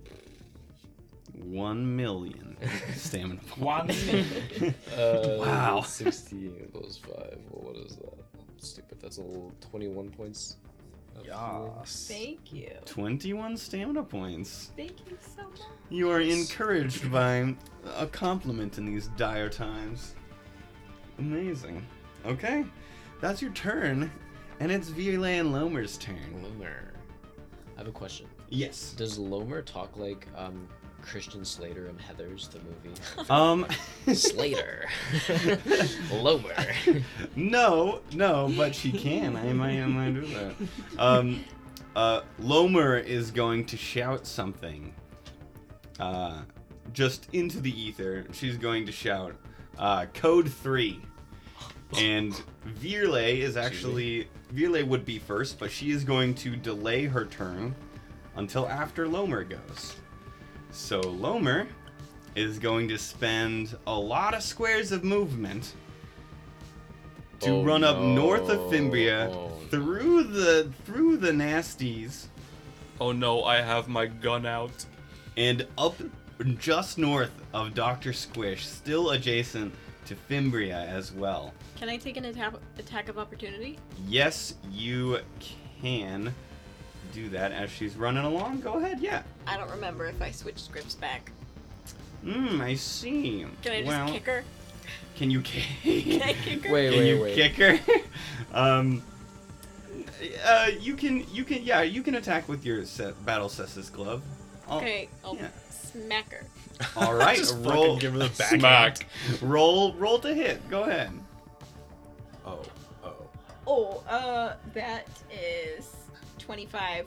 [SPEAKER 6] One million stamina. points.
[SPEAKER 4] One
[SPEAKER 2] uh,
[SPEAKER 6] Wow.
[SPEAKER 2] 16 plus 5. Well, what is that? Stupid. That's a little 21 points. of healing.
[SPEAKER 4] Yas.
[SPEAKER 5] Thank you.
[SPEAKER 6] 21 stamina points.
[SPEAKER 5] Thank you so much.
[SPEAKER 6] You are encouraged by a compliment in these dire times. Amazing. Okay. That's your turn, and it's Virlay and Lomer's turn.
[SPEAKER 2] Lomer. I have a question.
[SPEAKER 6] Yes.
[SPEAKER 2] Does Lomer talk like um, Christian Slater in Heather's the movie?
[SPEAKER 6] Um.
[SPEAKER 2] Slater. Lomer.
[SPEAKER 6] No, no, but she can. I might, I might do that. Um, uh, Lomer is going to shout something. Uh, just into the ether, she's going to shout, uh, "Code three. And Virle is actually Virle would be first, but she is going to delay her turn until after Lomer goes. So Lomer is going to spend a lot of squares of movement to
[SPEAKER 2] Oh,
[SPEAKER 6] run up
[SPEAKER 2] no.
[SPEAKER 6] north of Fimbria
[SPEAKER 2] Oh, no.
[SPEAKER 6] through the through the nasties
[SPEAKER 3] Oh no, I have my gun out.
[SPEAKER 6] and up just north of Doctor Squish, still adjacent to Fimbria as well.
[SPEAKER 5] Can I take an attack attack of opportunity?
[SPEAKER 6] Yes, you can do that as she's running along. Go ahead, yeah.
[SPEAKER 5] I don't remember if I switched scripts back.
[SPEAKER 6] Mm, I see.
[SPEAKER 5] Can I just
[SPEAKER 6] well,
[SPEAKER 5] kick her?
[SPEAKER 6] Can you kick? Can
[SPEAKER 5] Can I kick her?
[SPEAKER 2] Wait,
[SPEAKER 6] Can
[SPEAKER 2] wait,
[SPEAKER 6] you
[SPEAKER 2] wait.
[SPEAKER 6] kick her? um, uh, you can, you can, yeah, you can attack with your se- battle cessus glove. I'll-
[SPEAKER 5] Okay, I'll
[SPEAKER 6] Oh, yeah.
[SPEAKER 5] smack her.
[SPEAKER 6] All right,
[SPEAKER 4] Just
[SPEAKER 6] roll,
[SPEAKER 4] fucking give her the back.
[SPEAKER 7] Smack.
[SPEAKER 6] roll, roll to hit. Go ahead.
[SPEAKER 4] Oh, oh.
[SPEAKER 5] Oh, uh, that is 25.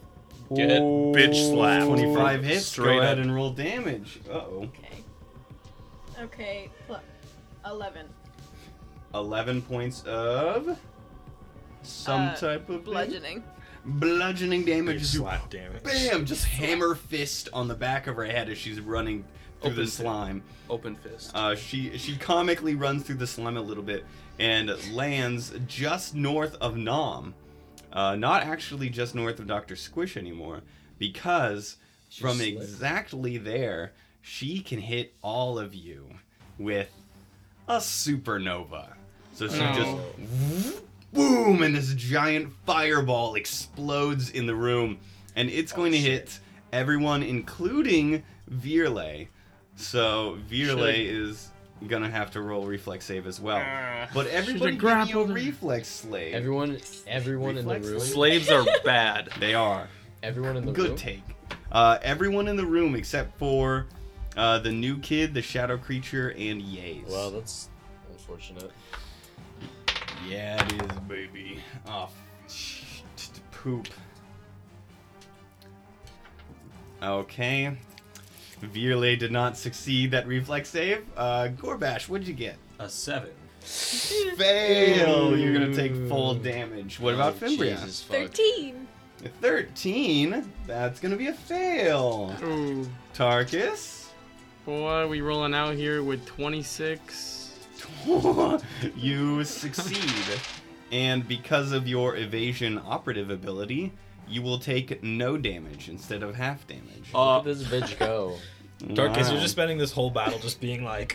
[SPEAKER 4] Get
[SPEAKER 6] Oh.
[SPEAKER 4] bitch slapped.
[SPEAKER 6] Twenty-five hits.
[SPEAKER 4] Straight
[SPEAKER 6] go ahead
[SPEAKER 4] up.
[SPEAKER 6] and roll damage. Uh oh,
[SPEAKER 5] Okay. Okay, look. 11.
[SPEAKER 6] eleven points of some
[SPEAKER 5] Uh,
[SPEAKER 6] type of damage.
[SPEAKER 5] Bludgeoning.
[SPEAKER 6] bludgeoning
[SPEAKER 4] Bitch
[SPEAKER 6] damage. You
[SPEAKER 4] slap damage.
[SPEAKER 6] Bam! Just hammer fist on the back of her head as she's running through
[SPEAKER 3] Open
[SPEAKER 6] the
[SPEAKER 3] fist.
[SPEAKER 6] slime.
[SPEAKER 3] Open fist.
[SPEAKER 6] Uh, she she comically runs through the slime a little bit and lands just north of Nom. Uh, not actually just north of Doctor Squish anymore, because from
[SPEAKER 2] slid.
[SPEAKER 6] exactly there she can hit all of you with a supernova. So she
[SPEAKER 7] No.
[SPEAKER 6] just boom, and this giant fireball explodes in the room, and it's going to hit everyone, including Virle. So Virle is gonna have to roll reflex save as well. But everybody give you a
[SPEAKER 7] grappled.
[SPEAKER 6] reflex slave.
[SPEAKER 2] everyone, everyone in the
[SPEAKER 6] Reflex.
[SPEAKER 2] room.
[SPEAKER 3] Slaves are bad.
[SPEAKER 6] They are
[SPEAKER 2] Everyone in the
[SPEAKER 6] good
[SPEAKER 2] room.
[SPEAKER 6] take. Uh, everyone in the room except for uh, the new kid, the shadow creature, and Yaze.
[SPEAKER 2] Well, that's unfortunate.
[SPEAKER 6] Yeah, it is, baby. Oh, sh- t- t- poop. Okay. Virle did not succeed that reflex save. Uh, Gorbash, what'd you get?
[SPEAKER 4] A seven.
[SPEAKER 6] Fail! You're gonna take full damage. What about
[SPEAKER 2] Oh,
[SPEAKER 6] Fimbria?
[SPEAKER 2] Jesus fuck.
[SPEAKER 5] 13.
[SPEAKER 6] 13? That's gonna be a fail.
[SPEAKER 7] Ooh,
[SPEAKER 6] Tarkus?
[SPEAKER 7] boy, we rolling out here with 26.
[SPEAKER 6] you succeed. And because of your evasion operative ability, you will take no damage instead of half damage.
[SPEAKER 2] Look
[SPEAKER 3] Uh,
[SPEAKER 2] at this bitch go.
[SPEAKER 4] Darkus,
[SPEAKER 6] Wow.
[SPEAKER 4] you're just spending this whole battle just being like,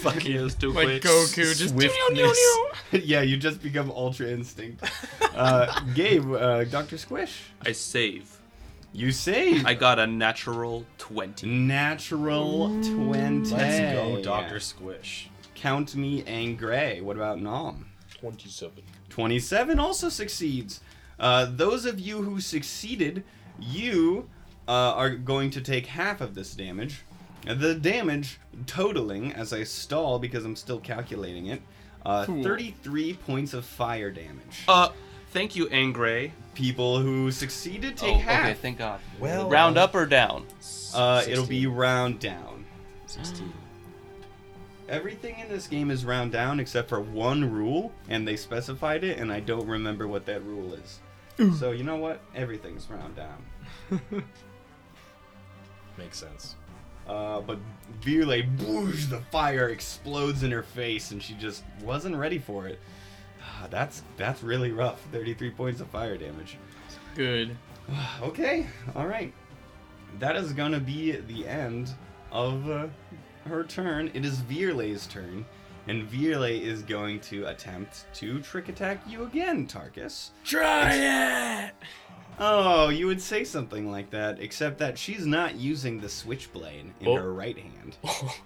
[SPEAKER 4] fuck
[SPEAKER 3] He
[SPEAKER 4] you.
[SPEAKER 3] is too
[SPEAKER 7] Like
[SPEAKER 3] quick.
[SPEAKER 7] Goku, just
[SPEAKER 4] Swiftness.
[SPEAKER 6] yeah, you just become Ultra Instinct. Uh, Gabe, uh, Dr. Squish,
[SPEAKER 3] I save.
[SPEAKER 6] you say
[SPEAKER 3] I got a natural 20.
[SPEAKER 6] natural 20.
[SPEAKER 4] Let's go, Doctor Squish.
[SPEAKER 6] Count me angry. What about Nom?
[SPEAKER 4] 27.
[SPEAKER 6] 27 also succeeds. Uh, those of you who succeeded, you uh, are going to take half of this damage. The damage totaling, as I stall because I'm still calculating it, uh, 33 points of fire damage.
[SPEAKER 3] Uh, thank you, Angray.
[SPEAKER 6] People who succeeded take
[SPEAKER 3] oh,
[SPEAKER 6] half.
[SPEAKER 3] okay, thank God.
[SPEAKER 4] Well,
[SPEAKER 3] Round up or down?
[SPEAKER 6] uh, it'll be round down.
[SPEAKER 2] 16.
[SPEAKER 6] Everything in this game is round down except for one rule, and they specified it, and I don't remember what that rule is. So you know what? Everything's round down.
[SPEAKER 4] Makes sense.
[SPEAKER 6] Uh, but Virle, boosh, the fire explodes in her face, and she just wasn't ready for it. Ah, That's that's really rough. Thirty-three points of fire damage.
[SPEAKER 7] Good.
[SPEAKER 6] Okay, all right. That is gonna be the end of uh, her turn. It is Virle's turn, and Virle is going to attempt to trick attack you again, Tarkus.
[SPEAKER 7] Try it.
[SPEAKER 6] Oh, you would say something like that, except that she's not using the switchblade
[SPEAKER 7] Oh.
[SPEAKER 6] in her right hand.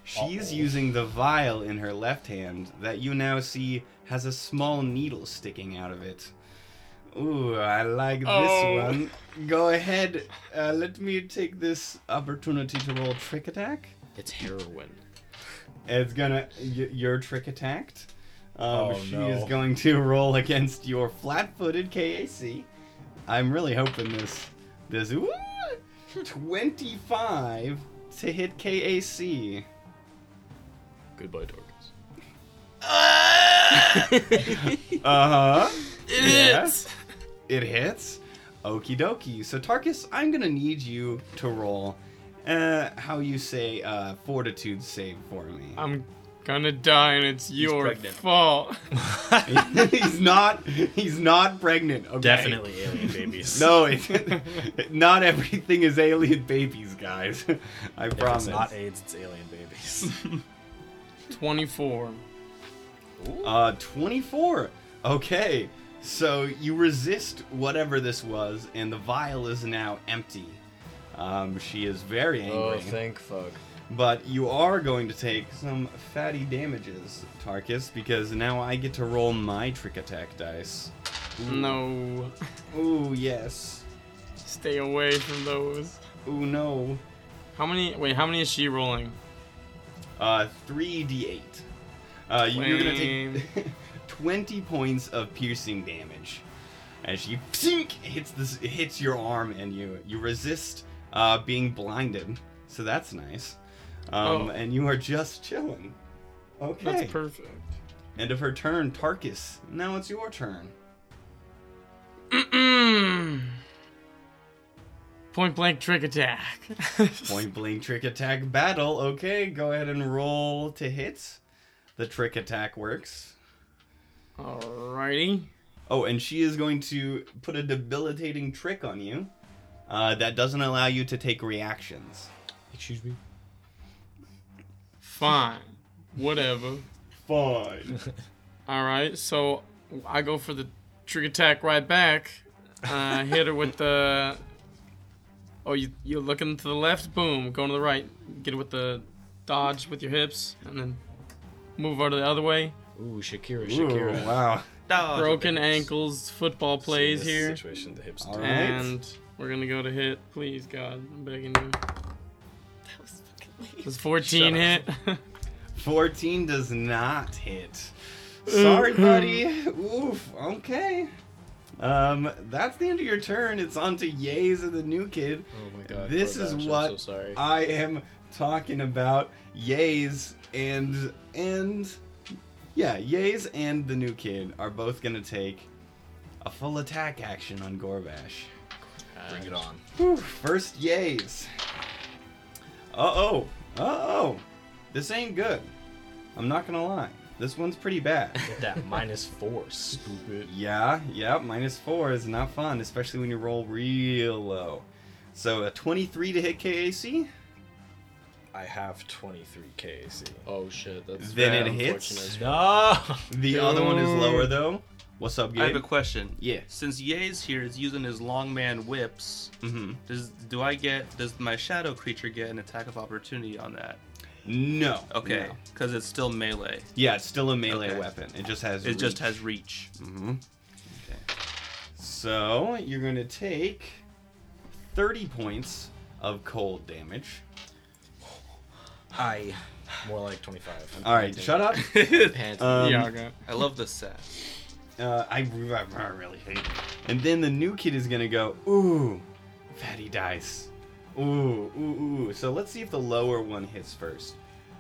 [SPEAKER 6] She's using the vial in her left hand that you now see has a small needle sticking out of it. Ooh, I like
[SPEAKER 7] Oh.
[SPEAKER 6] this one. Go ahead. Uh, let me take this opportunity to roll trick attack.
[SPEAKER 2] It's heroin.
[SPEAKER 6] It's gonna. Y- you're trick attacked. Um,
[SPEAKER 4] Oh,
[SPEAKER 6] she
[SPEAKER 4] no.
[SPEAKER 6] is going to roll against your flat-footed KAC. I'm really hoping this this ooh, 25 to hit KAC.
[SPEAKER 2] Goodbye, Dorcas.
[SPEAKER 6] Uh huh. It hits. It hits. Okie dokie. So Tarkus, I'm gonna need you to roll. Uh, how you say uh, fortitude save for me?
[SPEAKER 7] I'm gonna die, and it's your
[SPEAKER 3] pregnant.
[SPEAKER 7] fault.
[SPEAKER 6] he's not. He's not pregnant. Okay?
[SPEAKER 4] Definitely alien babies.
[SPEAKER 6] No, it, not everything is alien babies, guys. I
[SPEAKER 4] If it's
[SPEAKER 6] promise.
[SPEAKER 4] not AIDS, it's alien babies.
[SPEAKER 7] Twenty-four.
[SPEAKER 6] uh, 24. Okay, so you resist whatever this was, and the vial is now empty. Um, she is very
[SPEAKER 2] Oh,
[SPEAKER 6] angry,
[SPEAKER 2] thank fuck.
[SPEAKER 6] but you are going to take some fatty damages, Tarkus, because now I get to roll my trick attack dice.
[SPEAKER 7] No.
[SPEAKER 6] Ooh yes.
[SPEAKER 7] Stay away from those.
[SPEAKER 6] Ooh no.
[SPEAKER 7] How many? Wait, how many is she rolling?
[SPEAKER 6] Uh, 3d8. Uh, you- you're gonna
[SPEAKER 7] Lame.
[SPEAKER 6] take 20 points of piercing damage as she psink, hits this hits your arm and you you resist uh, being blinded. So that's nice. Um,
[SPEAKER 7] Oh.
[SPEAKER 6] And you are just chilling. Okay.
[SPEAKER 7] That's perfect.
[SPEAKER 6] End of her turn, Tarkus. Now it's your turn.
[SPEAKER 7] Mm-mm. Hmm. Point blank trick attack.
[SPEAKER 6] Point blank trick attack battle. Okay, go ahead and roll to hit. The trick attack works.
[SPEAKER 7] Alrighty.
[SPEAKER 6] Oh, and she is going to put a debilitating trick on you uh, that doesn't allow you to take reactions.
[SPEAKER 4] Excuse me.
[SPEAKER 7] Fine. Whatever.
[SPEAKER 6] Fine.
[SPEAKER 7] All right, so I go for the trick attack right back. Uh, hit her with the. Oh, you, you're looking to the left. Boom. Going to the right. Get it with the dodge with your hips, and then move out of the other way.
[SPEAKER 2] Ooh, Shakira,
[SPEAKER 6] Ooh,
[SPEAKER 2] Shakira.
[SPEAKER 6] wow.
[SPEAKER 3] Dodge.
[SPEAKER 7] Broken ankles, football plays here,
[SPEAKER 4] Situation, the hips.
[SPEAKER 6] All right.
[SPEAKER 7] and we're gonna go to hit. Please, God, I'm begging you.
[SPEAKER 5] That was fucking lame.
[SPEAKER 7] Does 14 hit?
[SPEAKER 6] 14 does not hit. Sorry, buddy. Oof. Okay. Um, that's the end of your turn. It's on to Yays and the new kid.
[SPEAKER 2] Oh my god.
[SPEAKER 6] This
[SPEAKER 2] Korvash,
[SPEAKER 6] is
[SPEAKER 2] I'm
[SPEAKER 6] what
[SPEAKER 2] so sorry.
[SPEAKER 6] I am talking about. Yays and and yeah, Yays and the new kid are both gonna take a full attack action on Gorbash.
[SPEAKER 4] Bring it on.
[SPEAKER 6] Whew, first yays. Uh oh. Uh oh. This ain't good. I'm not gonna lie. This one's pretty bad.
[SPEAKER 4] Get that minus four, stupid.
[SPEAKER 6] yeah, yeah, minus four is not fun, especially when you roll real low. So a 23 to hit KAC?
[SPEAKER 4] I have 23k AC.
[SPEAKER 2] Oh shit, that's
[SPEAKER 6] Then
[SPEAKER 2] very
[SPEAKER 6] it hits.
[SPEAKER 2] unfortunate as well.
[SPEAKER 4] No!
[SPEAKER 6] The other one is lower though. What's up,
[SPEAKER 3] I have
[SPEAKER 6] Gabe?
[SPEAKER 3] a question.
[SPEAKER 6] Yeah.
[SPEAKER 3] Since Ye's here is using his long man whips,
[SPEAKER 6] Mm-hmm.
[SPEAKER 3] does do I get does my shadow creature get an attack of opportunity on that?
[SPEAKER 6] No.
[SPEAKER 3] Okay,
[SPEAKER 6] no.
[SPEAKER 3] because it's still melee.
[SPEAKER 6] Yeah, it's still a melee
[SPEAKER 3] Okay.
[SPEAKER 6] weapon. It just has.
[SPEAKER 3] It just has reach.
[SPEAKER 6] hmm
[SPEAKER 3] Okay.
[SPEAKER 6] So you're gonna take thirty points of cold damage.
[SPEAKER 4] I. More like 25.
[SPEAKER 6] All right, shut up.
[SPEAKER 2] Pants.
[SPEAKER 6] Um,
[SPEAKER 7] Yaga.
[SPEAKER 3] I love the set.
[SPEAKER 6] Uh, I, I really hate it. And then the new kid is gonna go, ooh, fatty dice. Ooh, ooh, ooh. So let's see if the lower one hits first.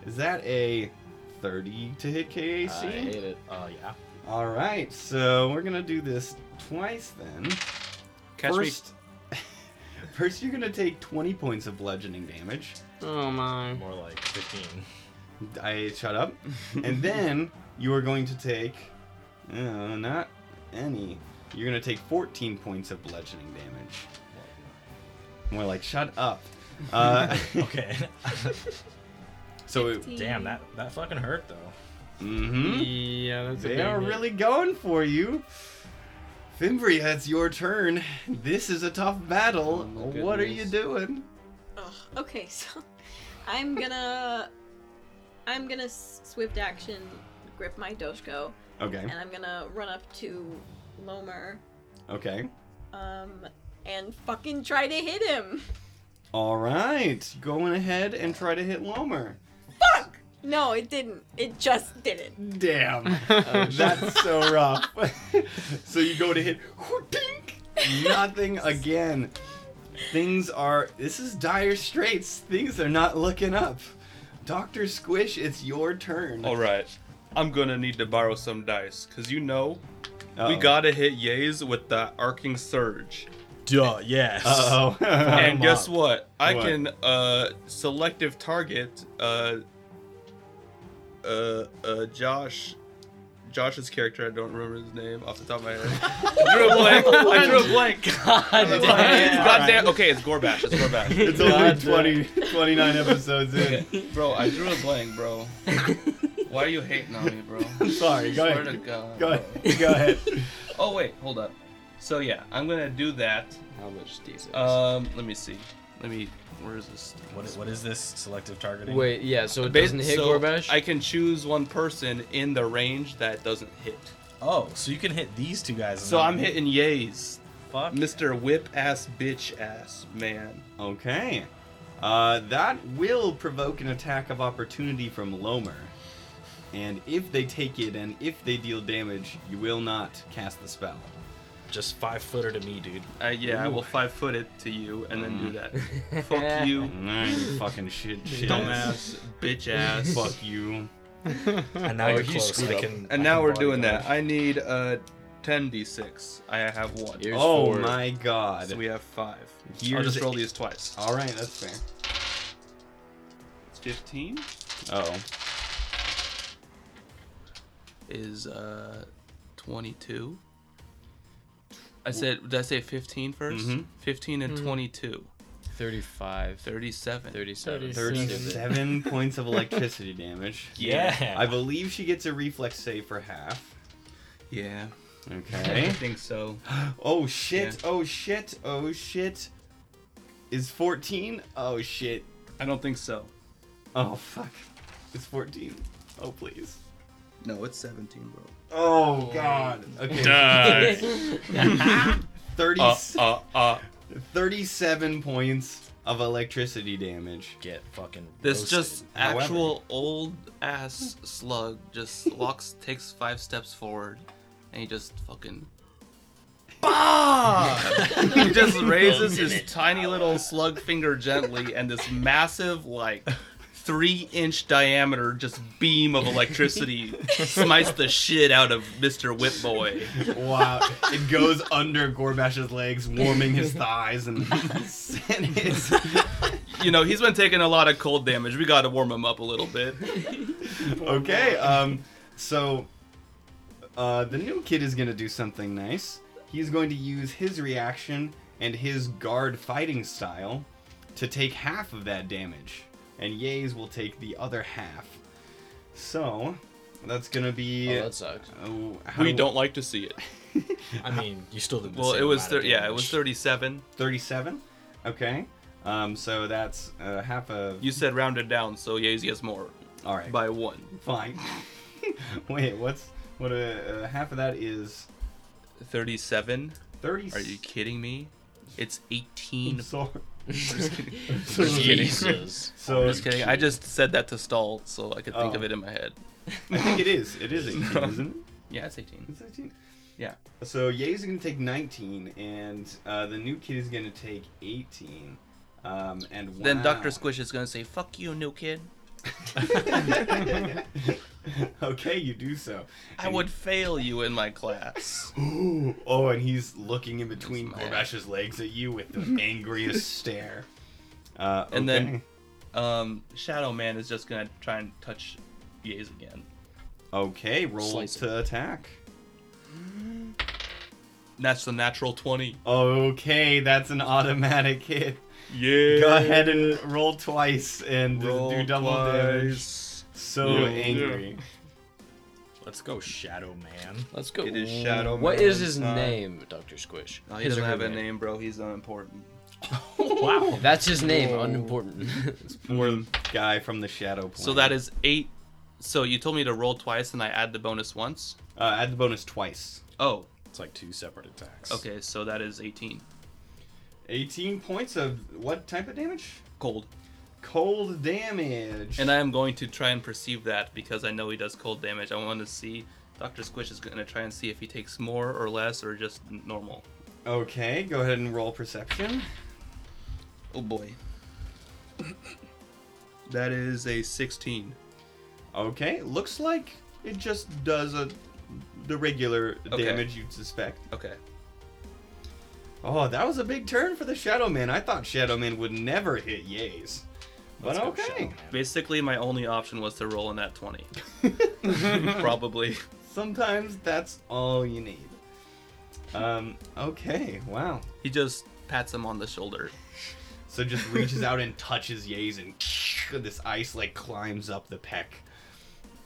[SPEAKER 6] Is that a 30 to hit KAC?
[SPEAKER 2] I hate it.
[SPEAKER 4] Uh, yeah.
[SPEAKER 6] All right, so we're gonna do this twice then.
[SPEAKER 3] Catch me.
[SPEAKER 6] first, first you're gonna take 20 points of bludgeoning damage.
[SPEAKER 7] Oh my.
[SPEAKER 2] Hmm.
[SPEAKER 4] More like 15.
[SPEAKER 6] I shut up. and then you are going to take, uh, not any. You're gonna take 14 points of bludgeoning damage. More like shut up. Uh,
[SPEAKER 4] Okay.
[SPEAKER 6] so it,
[SPEAKER 5] Fifteen.
[SPEAKER 4] Damn, that, that fucking hurt though.
[SPEAKER 6] hmm
[SPEAKER 7] Yeah, that's a
[SPEAKER 6] they
[SPEAKER 7] big
[SPEAKER 6] are
[SPEAKER 7] hit.
[SPEAKER 6] really going for you. Fimbria, it's your turn. This is a tough battle.
[SPEAKER 2] Oh my
[SPEAKER 6] what are you
[SPEAKER 2] goodness.
[SPEAKER 6] doing?
[SPEAKER 5] Ugh. Okay, so I'm gonna I'm gonna s- swift action grip my Doshko,
[SPEAKER 6] Okay.
[SPEAKER 5] and I'm gonna run up to Lomer,
[SPEAKER 6] Okay.
[SPEAKER 5] um, and fucking try to hit him.
[SPEAKER 6] All right. Going ahead and try to hit Lomer.
[SPEAKER 5] Fuck! No, it didn't. It just didn't.
[SPEAKER 6] Mm. Damn. That's so rough. so you go to hit, dink, nothing again. Things are. This is dire straits. Things are not looking up. Doctor Squish, it's your turn.
[SPEAKER 3] All right, I'm gonna need to borrow some dice, cause you know we
[SPEAKER 6] Uh-oh.
[SPEAKER 3] gotta hit Ye's with the arcing surge.
[SPEAKER 4] Duh, yes.
[SPEAKER 6] Uh-oh.
[SPEAKER 3] and
[SPEAKER 4] I'm
[SPEAKER 3] guess
[SPEAKER 4] up.
[SPEAKER 3] what? I
[SPEAKER 6] What?
[SPEAKER 3] can uh selective target uh uh uh Josh Josh's character, I don't remember his name off the top of my head. I drew a blank. I drew a blank.
[SPEAKER 4] God
[SPEAKER 3] God
[SPEAKER 4] damn.
[SPEAKER 3] damn- Okay, it's Gorbash. It's Gorbash.
[SPEAKER 6] It's only 20, 29 episodes in.
[SPEAKER 3] bro, I drew a blank, bro. Why are you hating on me, bro?
[SPEAKER 6] I'm sorry. Go
[SPEAKER 3] Swear to
[SPEAKER 6] ahead.
[SPEAKER 3] God.
[SPEAKER 6] Go ahead. Go ahead.
[SPEAKER 3] Oh wait, hold up. So yeah, I'm gonna do that.
[SPEAKER 2] How much D6?
[SPEAKER 3] Um, let me see. Let me. Where is this?
[SPEAKER 4] What is, what is this selective targeting?
[SPEAKER 2] Wait, yeah. So it
[SPEAKER 3] Bas-
[SPEAKER 2] doesn't hit
[SPEAKER 3] so
[SPEAKER 2] Gorbash.
[SPEAKER 3] I can choose one person in the range that doesn't hit.
[SPEAKER 4] Oh, so you can hit these two guys. and
[SPEAKER 3] So
[SPEAKER 4] not
[SPEAKER 3] I'm
[SPEAKER 4] me.
[SPEAKER 3] hitting yays.
[SPEAKER 4] Fuck.
[SPEAKER 3] Mr. Whip ass bitch ass man.
[SPEAKER 6] Okay. Uh, that will provoke an attack of opportunity from Lomer. And if they take it and if they deal damage, you will not cast the spell.
[SPEAKER 4] Just five footer to me, dude.
[SPEAKER 3] Uh, yeah, I
[SPEAKER 6] Ooh.
[SPEAKER 3] will five foot it to you and then do that. Fuck you,
[SPEAKER 6] Mm, you fucking shit, shit.
[SPEAKER 3] dumbass bitch ass.
[SPEAKER 6] Fuck you.
[SPEAKER 4] And now
[SPEAKER 2] Oh,
[SPEAKER 4] you're
[SPEAKER 2] you
[SPEAKER 4] close.
[SPEAKER 2] screwed
[SPEAKER 4] I
[SPEAKER 2] up.
[SPEAKER 4] can, I
[SPEAKER 3] And now
[SPEAKER 4] can
[SPEAKER 3] we're
[SPEAKER 4] body
[SPEAKER 3] doing
[SPEAKER 4] guard.
[SPEAKER 3] that. I need uh, 10d6. I have one.
[SPEAKER 2] Here's
[SPEAKER 6] Oh
[SPEAKER 2] four.
[SPEAKER 6] my god.
[SPEAKER 3] So we have five. I'll
[SPEAKER 6] Here's
[SPEAKER 3] just roll
[SPEAKER 6] eight.
[SPEAKER 3] these twice.
[SPEAKER 6] Alright, that's fair.
[SPEAKER 3] It's 15
[SPEAKER 6] Oh.
[SPEAKER 3] is uh 22. I said, did I say 15 1st
[SPEAKER 6] Mhm.
[SPEAKER 3] 15 and 22.
[SPEAKER 2] 35.
[SPEAKER 3] 37.
[SPEAKER 2] 37.
[SPEAKER 6] 37 points of electricity damage.
[SPEAKER 4] Yeah.
[SPEAKER 6] I believe she gets a reflex save for half.
[SPEAKER 3] Yeah. I
[SPEAKER 6] Okay.
[SPEAKER 3] think so.
[SPEAKER 6] Oh shit, oh shit, oh shit. Is 14? Oh shit.
[SPEAKER 3] I don't think so.
[SPEAKER 6] Oh fuck. It's 14. Oh please.
[SPEAKER 3] No, it's 17, bro.
[SPEAKER 6] Oh god. Okay. 30,
[SPEAKER 3] uh, uh, uh.
[SPEAKER 6] 37 points of electricity damage.
[SPEAKER 4] Get fucking.
[SPEAKER 3] This
[SPEAKER 4] roasted.
[SPEAKER 3] just
[SPEAKER 6] However-
[SPEAKER 3] actual old ass slug just walks, takes five steps forward, and he just fucking. Bah! he just raises his tiny little slug finger gently, and this massive, like, three inch diameter just beam of electricity smites the shit out of Mr. Whip Boy.
[SPEAKER 6] Wow. it goes under Gorbash's legs, warming his thighs and, and his
[SPEAKER 3] You know, he's been taking a lot of cold damage. We gotta warm him up a little bit.
[SPEAKER 6] Okay, um so uh the new kid is going to do something nice. He's going to use his reaction and his guard fighting style to take half of that damage and Yays will take the other half. So that's gonna be.
[SPEAKER 2] Oh, that sucks.
[SPEAKER 6] oh, how
[SPEAKER 3] We
[SPEAKER 6] do-
[SPEAKER 3] don't like to see it.
[SPEAKER 4] I mean, you still did. The
[SPEAKER 3] Well,
[SPEAKER 4] same
[SPEAKER 3] it was
[SPEAKER 4] amount of
[SPEAKER 3] thir- yeah, it
[SPEAKER 4] damage.
[SPEAKER 3] was 37.
[SPEAKER 6] 37 okay um so that's uh, half of
[SPEAKER 3] You said rounded down, so Yazy has more
[SPEAKER 6] all right
[SPEAKER 3] by one.
[SPEAKER 6] fine wait what's what uh, uh, half of that is
[SPEAKER 3] 37?
[SPEAKER 6] 30
[SPEAKER 3] Are you kidding me? It's
[SPEAKER 6] I'm
[SPEAKER 3] 18.
[SPEAKER 6] sorry.
[SPEAKER 3] just kidding.
[SPEAKER 6] so,
[SPEAKER 4] Jesus.
[SPEAKER 6] so-
[SPEAKER 3] just kidding. I just said that to stall so I could think of
[SPEAKER 6] Oh.
[SPEAKER 3] it in my head.
[SPEAKER 6] i think it is it is 18
[SPEAKER 3] No.
[SPEAKER 6] isn't it
[SPEAKER 3] Yeah, it's 18.
[SPEAKER 6] it's 18
[SPEAKER 3] Yeah.
[SPEAKER 6] so Ye's gonna take 19 and uh, the new kid is gonna take 18 um and
[SPEAKER 3] Then Dr.
[SPEAKER 6] wow.
[SPEAKER 3] Squish is going to say, fuck you, new kid.
[SPEAKER 6] okay you do so
[SPEAKER 3] I
[SPEAKER 6] And-
[SPEAKER 3] would fail you in my class.
[SPEAKER 6] Ooh, oh, and he's looking in between
[SPEAKER 3] That's mad.
[SPEAKER 6] Korbash's legs at you with the angriest stare. Uh,
[SPEAKER 3] And
[SPEAKER 6] okay.
[SPEAKER 3] then- Um, Shadow Man is just going to try and touch Yaze again.
[SPEAKER 6] okay, roll
[SPEAKER 2] Slice
[SPEAKER 6] to attack.
[SPEAKER 3] That's the natural 20.
[SPEAKER 6] Okay, that's an automatic hit.
[SPEAKER 3] Yeah.
[SPEAKER 6] Go ahead and roll twice and
[SPEAKER 3] Roll
[SPEAKER 6] do double damage.
[SPEAKER 3] twice.
[SPEAKER 6] So
[SPEAKER 7] Yeah,
[SPEAKER 6] angry.
[SPEAKER 4] Let's go, Oh, Shadow Man.
[SPEAKER 2] Let's go.
[SPEAKER 3] It is Shadow
[SPEAKER 2] What
[SPEAKER 3] Man
[SPEAKER 2] is his
[SPEAKER 6] time.
[SPEAKER 2] name, Doctor Squish?
[SPEAKER 3] No, Oh, he
[SPEAKER 2] His
[SPEAKER 3] doesn't
[SPEAKER 2] or her
[SPEAKER 3] have a name, bro. He's unimportant.
[SPEAKER 4] wow.
[SPEAKER 2] That's his name. Unimportant.
[SPEAKER 6] Poor guy from the shadow plane.
[SPEAKER 3] So that is eight. So you told me to roll twice, and I add the bonus once.
[SPEAKER 6] uh, add the bonus twice.
[SPEAKER 3] Oh,
[SPEAKER 4] It's like two separate attacks.
[SPEAKER 3] okay. So that is eighteen.
[SPEAKER 6] 18 points of what type of damage?
[SPEAKER 3] Cold.
[SPEAKER 6] Cold damage.
[SPEAKER 3] And I am going to try and perceive that because I know he does cold damage. I want to see. Doctor Squish is going to try and see if he takes more or less or just n- normal.
[SPEAKER 6] okay, go ahead and roll perception.
[SPEAKER 3] Oh boy. that is a sixteen.
[SPEAKER 6] Okay, looks like it just does a the regular
[SPEAKER 3] Okay.
[SPEAKER 6] damage you'd suspect.
[SPEAKER 3] Okay.
[SPEAKER 6] Oh, that was a big turn for the Shadow Man. I thought Shadow Man would never hit Yays. But
[SPEAKER 4] Let's go,
[SPEAKER 6] okay.
[SPEAKER 4] Shadow Man.
[SPEAKER 3] Basically, my only option was to roll in that twenty. Probably.
[SPEAKER 6] Sometimes that's all you need. Um, okay, wow.
[SPEAKER 3] He just pats him on the shoulder.
[SPEAKER 6] So just reaches out and touches Yays and this ice like climbs up the peck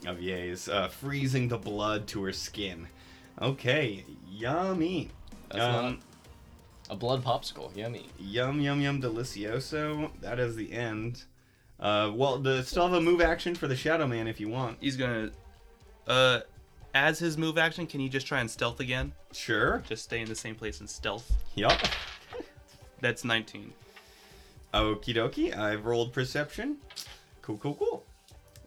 [SPEAKER 6] of Yays, uh, freezing the blood to her skin. Okay, yummy. Um,
[SPEAKER 2] That's not- a blood popsicle. Yummy.
[SPEAKER 6] Yum yum yum delicioso. That is the end. Uh, well, the still have a move action for the Shadow Man if you want.
[SPEAKER 3] He's gonna, uh, as his move action, can you just try and stealth again?
[SPEAKER 6] Sure.
[SPEAKER 3] Just stay in the same place and stealth.
[SPEAKER 6] Yup.
[SPEAKER 3] That's 19.
[SPEAKER 6] Okie dokie. I've rolled perception. Cool cool cool.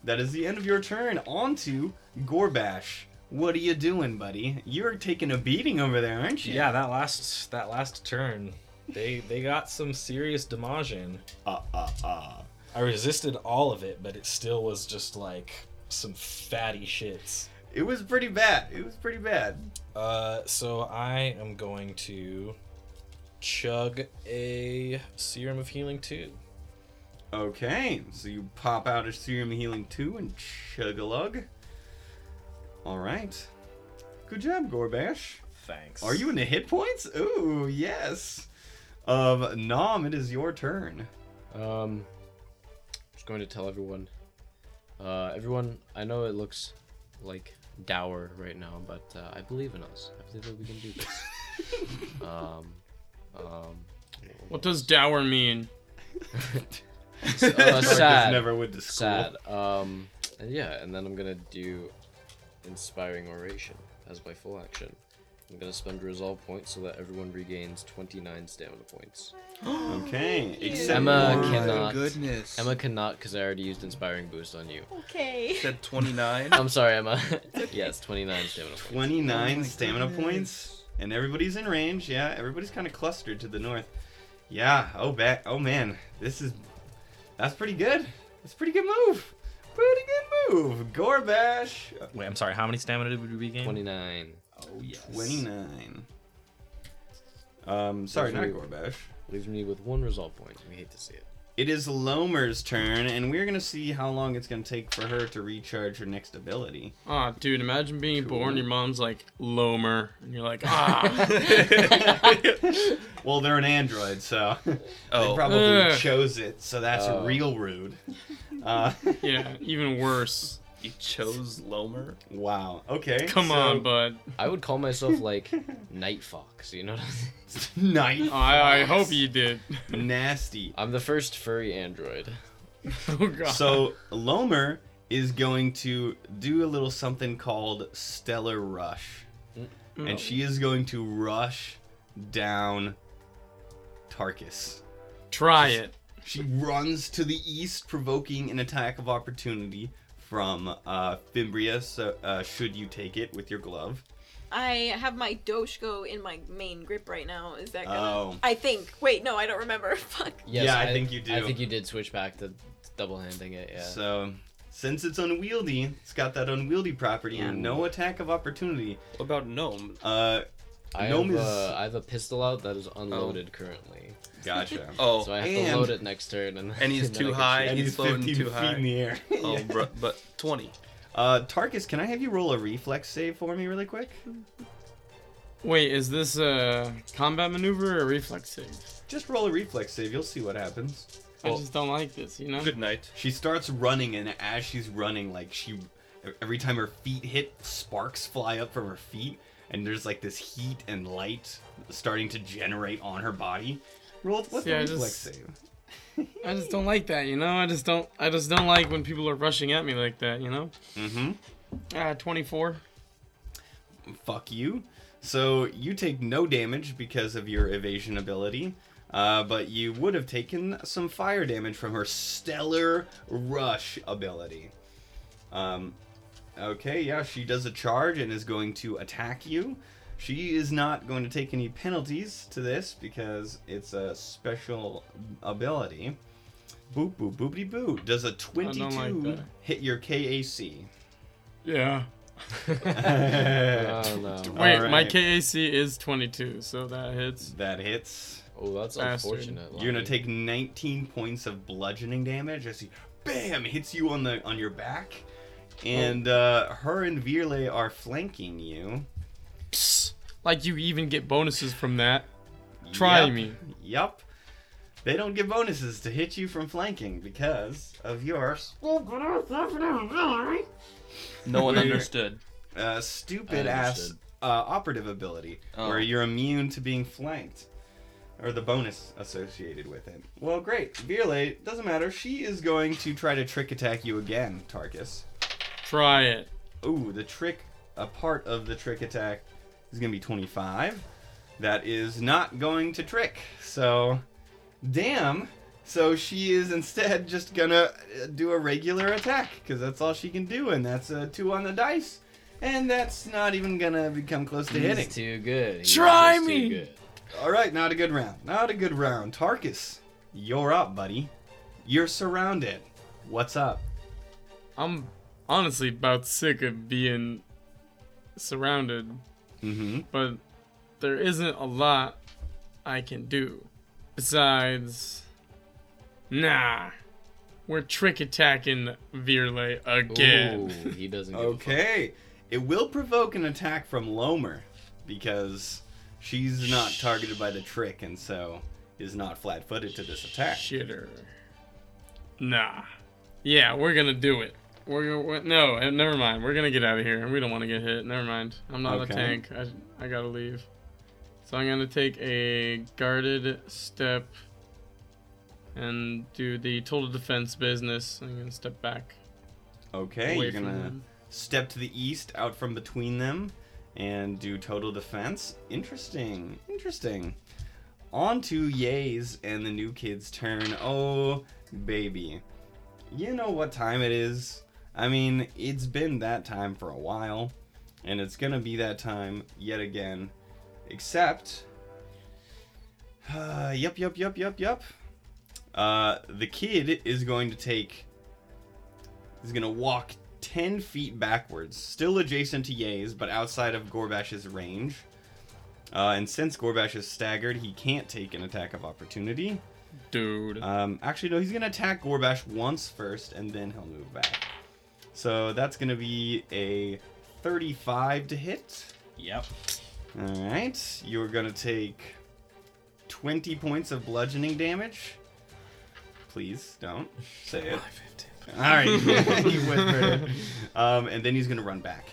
[SPEAKER 6] That is the end of your turn. On to Gorbash. What are you doing, buddy? You're taking a beating over there, aren't you?
[SPEAKER 4] Yeah, that last that last turn, they they got some serious damage in.
[SPEAKER 6] Uh uh uh.
[SPEAKER 4] I resisted all of it, but it still was just like some fatty shits.
[SPEAKER 6] It was pretty bad. It was pretty bad.
[SPEAKER 4] Uh, so I am going to chug a serum of healing too.
[SPEAKER 6] Okay, so you pop out a serum healing two and chug a lug. All right. Good job, Gorbash.
[SPEAKER 4] Thanks.
[SPEAKER 6] Are you into hit points? Ooh, yes. Um, Nom, it is your turn.
[SPEAKER 2] Um, just going to tell everyone. Uh, everyone, I know it looks like dour right now, but uh, I believe in us. I believe that we can do this. um, um,
[SPEAKER 7] What does dour mean?
[SPEAKER 2] uh,
[SPEAKER 6] Darkness
[SPEAKER 2] sad.
[SPEAKER 6] never went to school.
[SPEAKER 2] sad. Um, and yeah, and then I'm gonna do inspiring oration as my full action. I'm gonna spend resolve points so that everyone regains 29 stamina points.
[SPEAKER 6] Okay, except
[SPEAKER 2] Emma
[SPEAKER 6] for-
[SPEAKER 2] cannot.
[SPEAKER 3] goodness.
[SPEAKER 2] Emma cannot because I already used inspiring boost on you.
[SPEAKER 5] Okay.
[SPEAKER 3] said 29.
[SPEAKER 2] I'm sorry, Emma. yes, 29 stamina points.
[SPEAKER 6] 29 stamina points, and everybody's in range. Yeah, everybody's kind of clustered to the north. Yeah. Oh, back. Oh man, this is that's pretty good. That's a pretty good move. Pretty good move, Gorbash. oh,
[SPEAKER 4] Wait, I'm sorry. How many stamina did we regain?
[SPEAKER 2] 29.
[SPEAKER 4] Oh yes.
[SPEAKER 6] 29. Um, sorry, not
[SPEAKER 2] Definitely-
[SPEAKER 6] Gorbash.
[SPEAKER 2] Leaves me with one resolve point. We hate to see it.
[SPEAKER 6] It is Lomer's turn, and we're gonna see how long it's gonna take for her to recharge her next ability.
[SPEAKER 7] Ah, dude, imagine being born. Your mom's like Lomer, and you're like, ah,
[SPEAKER 6] Well, they're an android, so they
[SPEAKER 3] Oh.
[SPEAKER 6] probably
[SPEAKER 7] Ugh.
[SPEAKER 6] chose it. So that's
[SPEAKER 2] Oh.
[SPEAKER 6] real rude. Uh,
[SPEAKER 7] yeah, even worse.
[SPEAKER 3] You chose Lomer.
[SPEAKER 6] wow. Okay.
[SPEAKER 7] Come
[SPEAKER 6] so-
[SPEAKER 7] on, bud.
[SPEAKER 2] I would call myself like Night Fox. You know what I'm saying?
[SPEAKER 6] Night.
[SPEAKER 7] I, I hope you did.
[SPEAKER 6] Nasty.
[SPEAKER 2] I'm the first furry android.
[SPEAKER 7] oh god.
[SPEAKER 6] So Lomer is going to do a little something called Stellar Rush. And she is going to rush down Tarkus.
[SPEAKER 7] try it.
[SPEAKER 6] She runs to the east, provoking an attack of opportunity from uh, Fimbria, so, uh, should you take it with your glove.
[SPEAKER 5] I have my Doshko in my main grip right now. Is that gonna?
[SPEAKER 6] Oh.
[SPEAKER 5] I think. Wait, no, I don't remember. Fuck.
[SPEAKER 2] Yes,
[SPEAKER 6] Yeah, I think you
[SPEAKER 2] I
[SPEAKER 6] do.
[SPEAKER 2] think you did switch back to double handing it. Yeah.
[SPEAKER 6] So, since it's unwieldy, it's got that unwieldy property and no attack of opportunity.
[SPEAKER 3] What about gnome?
[SPEAKER 6] Uh,
[SPEAKER 2] I
[SPEAKER 6] Gnome
[SPEAKER 2] have,
[SPEAKER 6] is-
[SPEAKER 2] uh, I have a pistol out that is unloaded currently,
[SPEAKER 6] gotcha.
[SPEAKER 3] Oh,
[SPEAKER 2] so I have to
[SPEAKER 6] and-
[SPEAKER 2] load it next turn. And,
[SPEAKER 3] and he's
[SPEAKER 2] then
[SPEAKER 3] too
[SPEAKER 2] I can
[SPEAKER 3] high.
[SPEAKER 2] shoot.
[SPEAKER 6] and
[SPEAKER 3] he's
[SPEAKER 6] he's
[SPEAKER 3] floating
[SPEAKER 6] 15
[SPEAKER 3] too
[SPEAKER 6] feet
[SPEAKER 3] high.
[SPEAKER 6] in the air.
[SPEAKER 3] oh, bro, but twenty.
[SPEAKER 6] Uh, Tarkus, can I have you roll a reflex save for me really quick?
[SPEAKER 7] Wait, is this a combat maneuver or reflex save?
[SPEAKER 6] Just roll a reflex save. You'll see what happens.
[SPEAKER 7] I
[SPEAKER 3] Well-
[SPEAKER 7] just don't like this, you know.
[SPEAKER 3] Good night.
[SPEAKER 6] She starts running, and as she's running, like she, every time her feet hit, sparks fly up from her feet, and there's like this heat and light starting to generate on her body. Roll what's
[SPEAKER 7] See, I
[SPEAKER 6] the reflex
[SPEAKER 7] just-
[SPEAKER 6] save?
[SPEAKER 7] I just don't like that, you know. I just don't. I just don't like when people are rushing at me like that, you know.
[SPEAKER 6] Mm-hmm.
[SPEAKER 7] Ah, 24.
[SPEAKER 6] Fuck you. So you take no damage because of your evasion ability, uh, but you would have taken some fire damage from her stellar rush ability. Um, okay, yeah, she does a charge and is going to attack you. She is not going to take any penalties to this because it's a special ability. Boop boop boopity boo. Does a
[SPEAKER 7] like
[SPEAKER 6] 22
[SPEAKER 7] that.
[SPEAKER 6] hit your KAC?
[SPEAKER 7] Yeah.
[SPEAKER 2] Oh no.
[SPEAKER 7] Wait, my
[SPEAKER 6] Alright.
[SPEAKER 7] KAC is 22, so that hits.
[SPEAKER 6] That hits.
[SPEAKER 2] Oh, that's
[SPEAKER 7] Bastard.
[SPEAKER 2] unfortunate.
[SPEAKER 6] You're gonna
[SPEAKER 2] Lonnie.
[SPEAKER 6] take 19 points of bludgeoning damage as he, bam, hits you on the on your back, and uh, her and Virle are flanking you.
[SPEAKER 7] Psst. Like you even get bonuses from that. Try
[SPEAKER 6] Yep,
[SPEAKER 7] me.
[SPEAKER 6] Yup. They don't get bonuses to hit you from flanking because of your
[SPEAKER 3] No one
[SPEAKER 6] Weird.
[SPEAKER 3] understood.
[SPEAKER 6] uh, stupid ass
[SPEAKER 2] understood.
[SPEAKER 6] uh, operative ability,
[SPEAKER 3] Oh.
[SPEAKER 6] where you're immune to being flanked, or the bonus associated with it. Well, great. Virle doesn't matter. She is going to try to trick attack you again, Tarkus.
[SPEAKER 7] Try it.
[SPEAKER 6] Ooh, the trick, a part of the trick attack is going to be 25. That is not going to trick. So, damn. So she is instead just going to do a regular attack because that's all she can do, and that's a two on the dice. And that's not even going to become close to hitting.
[SPEAKER 2] He's too good. He's
[SPEAKER 7] Try
[SPEAKER 2] just too
[SPEAKER 7] me!
[SPEAKER 2] good.
[SPEAKER 6] All right, not a good round. Not a good round. Tarkus, you're up, buddy. You're surrounded. What's up?
[SPEAKER 7] I'm honestly about sick of being surrounded,
[SPEAKER 6] Mm-hmm.
[SPEAKER 7] but there isn't a lot I can do. Besides, nah, we're trick attacking Virle again.
[SPEAKER 2] Ooh, he doesn't. Give a fuck.
[SPEAKER 6] Okay. It will provoke an attack from Lomer because she's not targeted by the trick and so is not flat footed to this attack.
[SPEAKER 7] Shitter. Nah. Yeah, we're gonna do it. We're, we no, eh, never mind. We're gonna get out of here. We don't want to get hit. Never mind. I'm not
[SPEAKER 6] Okay.
[SPEAKER 7] a tank. I, I gotta leave. So I'm gonna take a guarded step and do the total defense business. I'm gonna step back.
[SPEAKER 6] Okay,
[SPEAKER 7] away
[SPEAKER 6] you're
[SPEAKER 7] from
[SPEAKER 6] gonna
[SPEAKER 7] them.
[SPEAKER 6] step to the east out from between them and do total defense. Interesting, interesting. On to Yays and the new kid's turn. Oh, baby. You know what time it is. I mean, it's been that time for a while, and it's gonna be that time yet again. Except. Uh, yep, yep, yep, yep, yep. Uh, the kid is going to take is going to walk 10 feet backwards, still adjacent to Ye's, but outside of Gorbash's range. Uh, and since Gorbash is staggered, he can't take an attack of opportunity.
[SPEAKER 7] Dude.
[SPEAKER 1] Um, actually, no, he's gonna attack Gorbash once first, and then he'll move back. So that's gonna be a 35 to hit.
[SPEAKER 4] Yep.
[SPEAKER 1] All right, you're gonna take 20 points of bludgeoning damage. Please don't say it. All right, he whispered it. Um, and then he's gonna run back.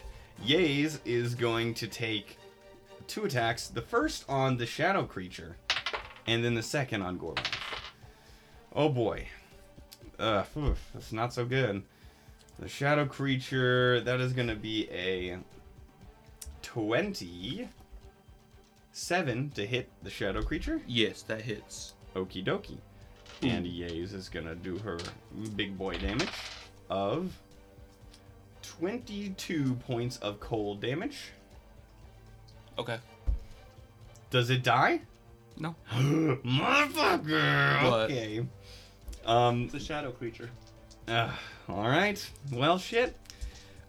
[SPEAKER 1] Yaze is going to take two attacks. The first on the shadow creature, and then the second on Gorbash. Oh boy. Uh, phew, that's not so good. The shadow creature, that is going to be a 27 to hit the shadow creature.
[SPEAKER 3] Yes, that hits.
[SPEAKER 1] Okie dokie. And Yaze is going to do her big boy damage of 22 points of cold damage.
[SPEAKER 3] Okay.
[SPEAKER 1] Does it die?
[SPEAKER 3] No.
[SPEAKER 1] Motherfucker!
[SPEAKER 3] What?
[SPEAKER 1] Okay. Um,
[SPEAKER 3] It's a shadow creature.
[SPEAKER 1] Uh, all right. Well, shit.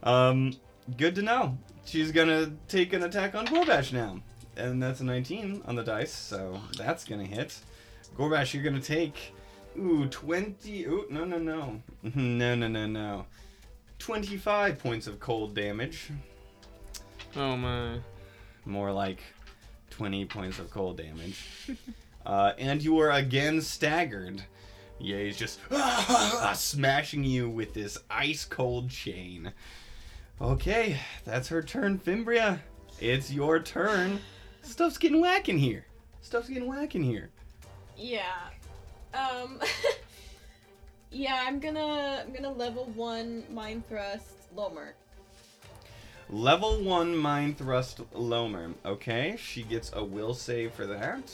[SPEAKER 1] Um, good to know. She's gonna take an attack on Gorbash now, and that's a 19 on the dice, so that's gonna hit. Gorbash, you're gonna take ooh 20. Ooh, no, no, no, no, no, no, no. 25 points of cold damage.
[SPEAKER 7] Oh my.
[SPEAKER 1] More like 20 points of cold damage. uh, and you are again staggered. Yay is just ah, smashing you with this ice cold chain. Okay, that's her turn, Fimbria. It's your turn. Stuff's getting whack in here. Stuff's getting whack in here.
[SPEAKER 5] Yeah. Um. yeah, I'm gonna I'm gonna level one mind thrust Lomer.
[SPEAKER 1] Level 1 Mind Thrust Lomer. Okay, she gets a will save for that.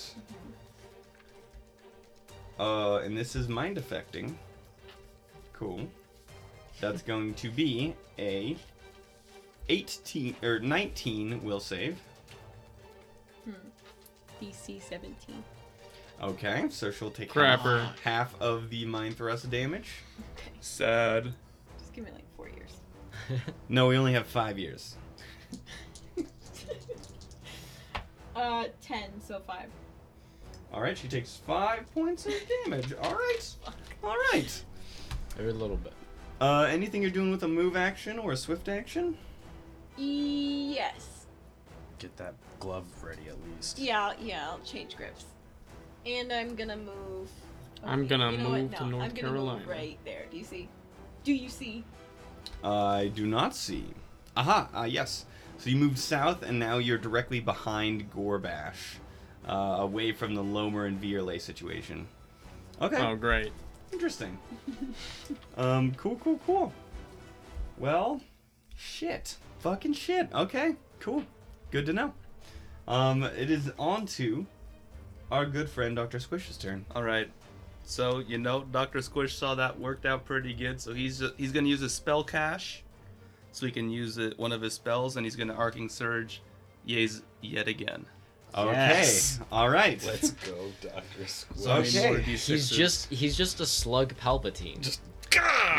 [SPEAKER 1] Uh, and this is mind affecting. Cool. That's going to be a 18 or 19 will save.
[SPEAKER 5] DC 17.
[SPEAKER 1] Okay, so she'll take
[SPEAKER 7] Crapper.
[SPEAKER 1] half- half of the mind thrust damage.
[SPEAKER 5] Okay.
[SPEAKER 3] Sad.
[SPEAKER 5] Just give me like four years.
[SPEAKER 1] No, we only have 5 years.
[SPEAKER 5] uh, ten, so five.
[SPEAKER 1] All right, she takes 5 points of damage. All right. All right.
[SPEAKER 2] Every little bit.
[SPEAKER 1] Uh, anything you're doing with a move action or a swift action?
[SPEAKER 5] E, Yes.
[SPEAKER 4] Get that glove ready at least.
[SPEAKER 5] Yeah, yeah, I'll change grips. And I'm gonna move.
[SPEAKER 7] I'm gonna move to North
[SPEAKER 5] I'm gonna
[SPEAKER 7] Carolina.
[SPEAKER 5] Move right there. Do you see? Do you see?
[SPEAKER 1] I do not see. Aha, uh, yes. So you moved south, and now you're directly behind Gorbash, uh, away from the Lomer and Vierle situation. Okay,
[SPEAKER 7] Oh great.
[SPEAKER 1] interesting. um, cool, cool, cool. Well, shit. Fucking shit. Okay, cool. Good to know. Um, it is on to our good friend Dr. Squish's turn.
[SPEAKER 3] All right. So you know, Doctor Squish saw that worked out pretty good. So he's he's gonna use his spell cache, so he can use it, one of his spells, and he's gonna arcing surge, Yaze yet again.
[SPEAKER 1] Okay,
[SPEAKER 4] Yes.
[SPEAKER 1] all right.
[SPEAKER 4] Let's go, Doctor Squish.
[SPEAKER 1] Okay.
[SPEAKER 2] He's just he's just a slug Palpatine.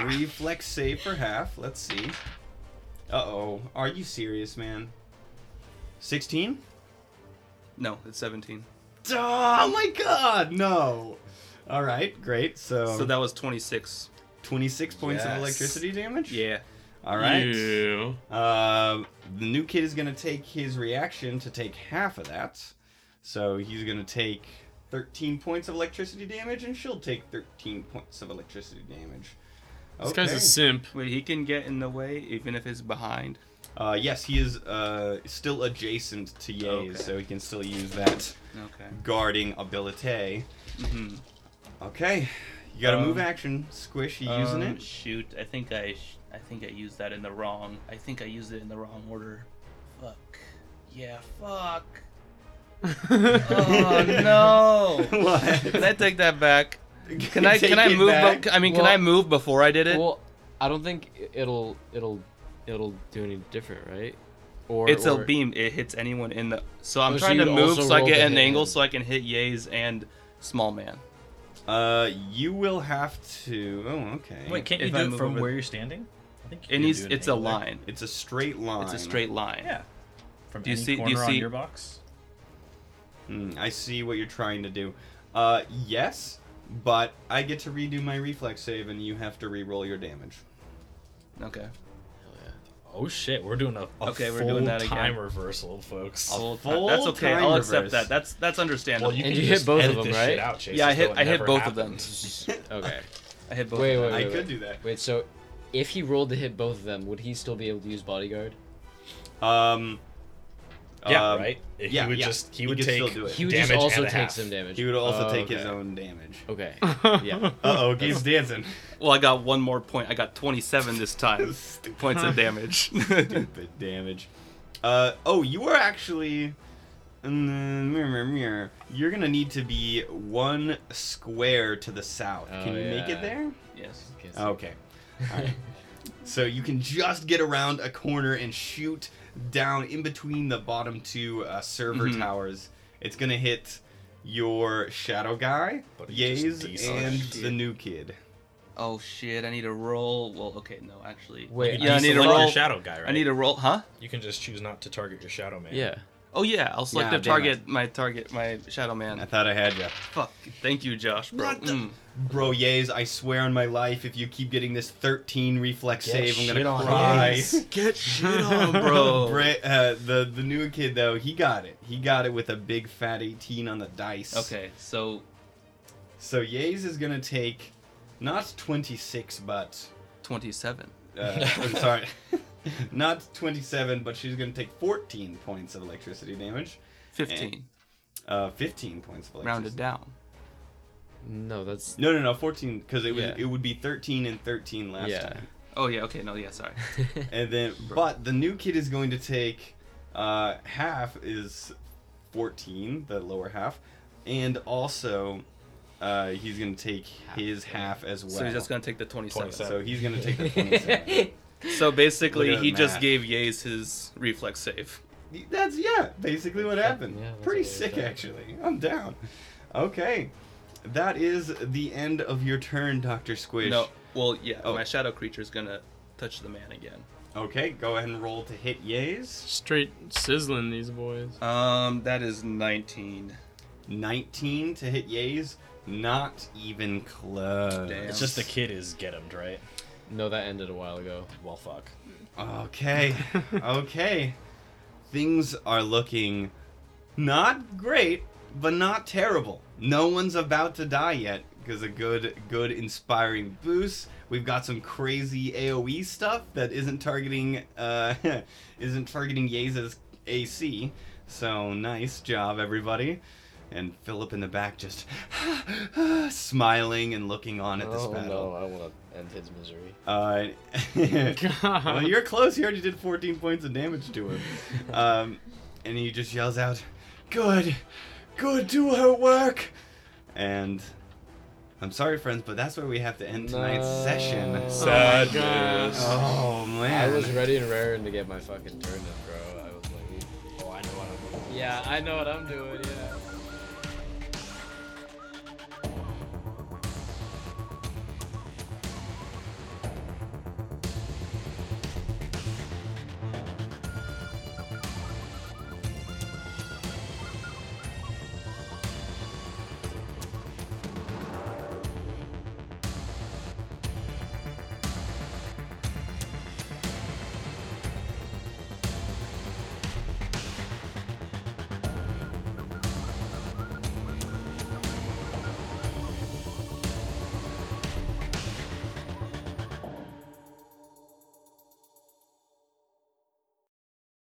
[SPEAKER 1] Reflex save for half. Let's see. Uh oh. Are you serious, man? 16?
[SPEAKER 3] No, it's 17.
[SPEAKER 1] Oh my god, no! Alright, great. So,
[SPEAKER 2] Um,
[SPEAKER 3] so that was 26.
[SPEAKER 1] 26 points of
[SPEAKER 4] Yes.
[SPEAKER 1] electricity damage?
[SPEAKER 3] Yeah.
[SPEAKER 1] Alright.
[SPEAKER 7] Ew.
[SPEAKER 1] Uh, the new kid is going to take his reaction to take half of that. So he's going to take 13 points of electricity damage, and she'll take 13 points of electricity damage.
[SPEAKER 7] This guy's a simp.
[SPEAKER 3] Wait, he can get in the way even if it's behind.
[SPEAKER 1] Uh, yes, he is uh, still adjacent to Yaze,
[SPEAKER 3] Okay.
[SPEAKER 1] so he can still use that
[SPEAKER 3] Okay.
[SPEAKER 1] guarding ability.
[SPEAKER 3] Mhm.
[SPEAKER 1] Okay, you got a move
[SPEAKER 3] Um,
[SPEAKER 1] action. Squish, you using
[SPEAKER 3] Um,
[SPEAKER 1] it?
[SPEAKER 3] Shoot, I think I sh- I think I used that in the wrong. I think I used it in the wrong order. Fuck. Yeah, fuck. Oh no. Can
[SPEAKER 1] what?
[SPEAKER 3] I take that back? Can I can I move? be- I mean, can
[SPEAKER 2] Well-
[SPEAKER 3] I move before I did it?
[SPEAKER 2] Well, I don't think i- it'll it'll it'll do any different, right? Or
[SPEAKER 3] it's
[SPEAKER 2] or-
[SPEAKER 3] a beam. It hits anyone in the. So
[SPEAKER 2] Oh,
[SPEAKER 3] I'm
[SPEAKER 2] so
[SPEAKER 3] trying to
[SPEAKER 2] you'd
[SPEAKER 3] move
[SPEAKER 2] also
[SPEAKER 3] so I
[SPEAKER 2] roll
[SPEAKER 3] get
[SPEAKER 2] to
[SPEAKER 3] an
[SPEAKER 2] hit
[SPEAKER 3] angle
[SPEAKER 2] him.
[SPEAKER 3] so I can hit Yays and small man.
[SPEAKER 1] Uh, you will have to. Oh, okay.
[SPEAKER 4] Wait, can't
[SPEAKER 3] If
[SPEAKER 4] you
[SPEAKER 3] I
[SPEAKER 4] do it
[SPEAKER 3] move
[SPEAKER 4] from
[SPEAKER 3] over-
[SPEAKER 4] where you're standing? I think you
[SPEAKER 3] It
[SPEAKER 4] can
[SPEAKER 3] needs.
[SPEAKER 4] do an
[SPEAKER 3] It's a
[SPEAKER 4] angle there.
[SPEAKER 3] line.
[SPEAKER 1] It's a straight line.
[SPEAKER 3] It's a straight line.
[SPEAKER 4] Yeah. From
[SPEAKER 3] Do you
[SPEAKER 4] any
[SPEAKER 3] see- do you
[SPEAKER 4] corner on
[SPEAKER 3] see-
[SPEAKER 4] your box.
[SPEAKER 1] Hmm, I see what you're trying to do. Uh, yes, but I get to redo my reflex save, and you have to re-roll your damage.
[SPEAKER 3] Okay.
[SPEAKER 2] Hell yeah.
[SPEAKER 4] Oh shit, we're doing a, a
[SPEAKER 3] Okay, we're
[SPEAKER 4] full
[SPEAKER 3] doing that again.
[SPEAKER 4] time reversal, folks.
[SPEAKER 1] I'll-
[SPEAKER 3] Full that's okay.
[SPEAKER 1] time
[SPEAKER 3] I'll accept
[SPEAKER 1] reverse.
[SPEAKER 3] that. That's that's understandable.
[SPEAKER 4] Well, you
[SPEAKER 2] And
[SPEAKER 4] can
[SPEAKER 2] you hit
[SPEAKER 4] just
[SPEAKER 2] both of
[SPEAKER 4] edit
[SPEAKER 2] them,
[SPEAKER 4] this
[SPEAKER 2] right?
[SPEAKER 4] shit out, Chase,
[SPEAKER 3] yeah, I
[SPEAKER 4] as
[SPEAKER 3] hit
[SPEAKER 4] though it
[SPEAKER 3] I hit
[SPEAKER 4] never
[SPEAKER 3] both
[SPEAKER 4] happened.
[SPEAKER 3] of them.
[SPEAKER 2] Okay.
[SPEAKER 3] I hit both.
[SPEAKER 2] Wait,
[SPEAKER 3] of them.
[SPEAKER 2] wait,
[SPEAKER 1] I
[SPEAKER 2] wait,
[SPEAKER 1] could
[SPEAKER 2] wait.
[SPEAKER 1] do that.
[SPEAKER 2] Wait, so if he rolled to hit both of them, would he still be able to use bodyguard?
[SPEAKER 1] Um.
[SPEAKER 4] Yeah,
[SPEAKER 1] um,
[SPEAKER 4] right. He
[SPEAKER 1] yeah,
[SPEAKER 4] would
[SPEAKER 1] yeah.
[SPEAKER 4] just he
[SPEAKER 1] He
[SPEAKER 4] would
[SPEAKER 1] could still
[SPEAKER 4] take
[SPEAKER 1] do it.
[SPEAKER 2] He would
[SPEAKER 4] damage
[SPEAKER 2] just also
[SPEAKER 4] and a
[SPEAKER 2] take
[SPEAKER 4] half.
[SPEAKER 2] some damage.
[SPEAKER 1] He would also
[SPEAKER 2] Oh,
[SPEAKER 1] take his
[SPEAKER 2] okay.
[SPEAKER 1] own damage.
[SPEAKER 2] Okay.
[SPEAKER 7] yeah.
[SPEAKER 1] Uh oh, Gabe's dancing.
[SPEAKER 3] Well, I got one more point. I got 27 this time. Points of damage.
[SPEAKER 1] Stupid damage. Uh oh, you are actually. Mm, mirror, mirror, mirror. You're gonna need to be one square to the south.
[SPEAKER 2] Oh,
[SPEAKER 1] Can you make
[SPEAKER 2] yeah.
[SPEAKER 1] it there?
[SPEAKER 3] yes.
[SPEAKER 2] Guess-
[SPEAKER 1] Okay. Alright. so you can just get around a corner and shoot down in between the bottom two uh, server
[SPEAKER 3] Mhm.
[SPEAKER 1] towers. It's gonna hit your shadow guy,
[SPEAKER 4] But he just
[SPEAKER 1] Yaze,
[SPEAKER 4] decent.
[SPEAKER 1] and
[SPEAKER 3] Shit.
[SPEAKER 1] the new kid.
[SPEAKER 3] Oh shit! I need to roll. Well, okay, no, actually.
[SPEAKER 2] Wait,
[SPEAKER 3] yeah, I
[SPEAKER 4] You
[SPEAKER 3] need to
[SPEAKER 4] select
[SPEAKER 3] roll.
[SPEAKER 4] your shadow guy, right?
[SPEAKER 3] I need to roll, huh?
[SPEAKER 4] You can just choose not to target your shadow man.
[SPEAKER 2] Yeah.
[SPEAKER 3] Oh yeah, I'll select
[SPEAKER 1] Nah,
[SPEAKER 3] a
[SPEAKER 1] damn
[SPEAKER 3] target. My target, my shadow man.
[SPEAKER 1] I thought I had you.
[SPEAKER 3] Fuck. Thank you, Josh, bro.
[SPEAKER 1] What the-
[SPEAKER 3] Mm.
[SPEAKER 1] Bro, Yaze, I swear on my life, if you keep getting this 13 reflex
[SPEAKER 4] Get
[SPEAKER 1] save, I'm
[SPEAKER 4] shit
[SPEAKER 1] gonna
[SPEAKER 4] on
[SPEAKER 1] cry.
[SPEAKER 4] Yaze.
[SPEAKER 3] Get shit on, bro.
[SPEAKER 1] Bra- uh, the the new kid though, he got it. He got it with a big fat 18 on the dice.
[SPEAKER 3] Okay, so
[SPEAKER 1] So Yaze is gonna take not 26, but
[SPEAKER 3] 27.
[SPEAKER 1] uh, I'm sorry, not 27, but she's gonna take 14 points of electricity damage.
[SPEAKER 3] 15.
[SPEAKER 1] Uh, 15 points of electricity.
[SPEAKER 3] Rounded down.
[SPEAKER 2] No, that's.
[SPEAKER 1] No, no, no, 14, because it was
[SPEAKER 2] Yeah.
[SPEAKER 1] it would be 13 and 13 last
[SPEAKER 2] Yeah.
[SPEAKER 1] time.
[SPEAKER 3] Oh yeah. Okay. No. Yeah. Sorry.
[SPEAKER 1] And then, but the new kid is going to take uh, half is 14, the lower half, and also uh, he's going to take his half as well.
[SPEAKER 3] So he's just gonna take the 27.
[SPEAKER 4] 27.
[SPEAKER 1] So he's gonna take the 27.
[SPEAKER 3] So basically,
[SPEAKER 1] Look at
[SPEAKER 3] he
[SPEAKER 1] the
[SPEAKER 3] just
[SPEAKER 1] math.
[SPEAKER 3] gave Yaze his reflex save.
[SPEAKER 1] that's yeah, basically what happened.
[SPEAKER 2] Yeah, that's
[SPEAKER 1] Pretty
[SPEAKER 2] what it
[SPEAKER 1] sick,
[SPEAKER 2] is.
[SPEAKER 1] actually. I'm down. Okay, that is the end of your turn, Doctor Squish.
[SPEAKER 3] No. Well, yeah.
[SPEAKER 1] Oh.
[SPEAKER 3] My shadow creature's gonna touch the man again.
[SPEAKER 1] Okay, go ahead and roll to hit Yays.
[SPEAKER 7] Straight sizzling these boys.
[SPEAKER 3] Um, that is 19.
[SPEAKER 1] 19 to hit Yays. Not even close.
[SPEAKER 3] Damn.
[SPEAKER 4] It's just the kid is get him right.
[SPEAKER 2] No, that ended a while ago.
[SPEAKER 4] Well, fuck.
[SPEAKER 1] Okay. okay. Things are looking not great, but not terrible. No one's about to die yet because a good good inspiring boost. We've got some crazy AoE stuff that isn't targeting uh isn't targeting Yaze's AC. So nice job everybody. And Philip in the back just smiling and looking on at this
[SPEAKER 2] oh no,
[SPEAKER 1] battle.
[SPEAKER 2] I want to end his misery.
[SPEAKER 1] Uh,
[SPEAKER 7] God.
[SPEAKER 1] well, you're close. You already did 14 points of damage to him. Um, and he just yells out, Good! Good, do her work! And I'm sorry, friends, but that's where we have to end tonight's
[SPEAKER 2] No.
[SPEAKER 1] session.
[SPEAKER 7] Oh
[SPEAKER 1] So,
[SPEAKER 7] my
[SPEAKER 4] Sad
[SPEAKER 7] gosh.
[SPEAKER 1] oh,
[SPEAKER 2] I
[SPEAKER 1] man.
[SPEAKER 2] was ready and raring to get my fucking turn in, bro. I was like,
[SPEAKER 4] Oh, I know what I'm.
[SPEAKER 2] yeah, I know what I'm doing. Yeah.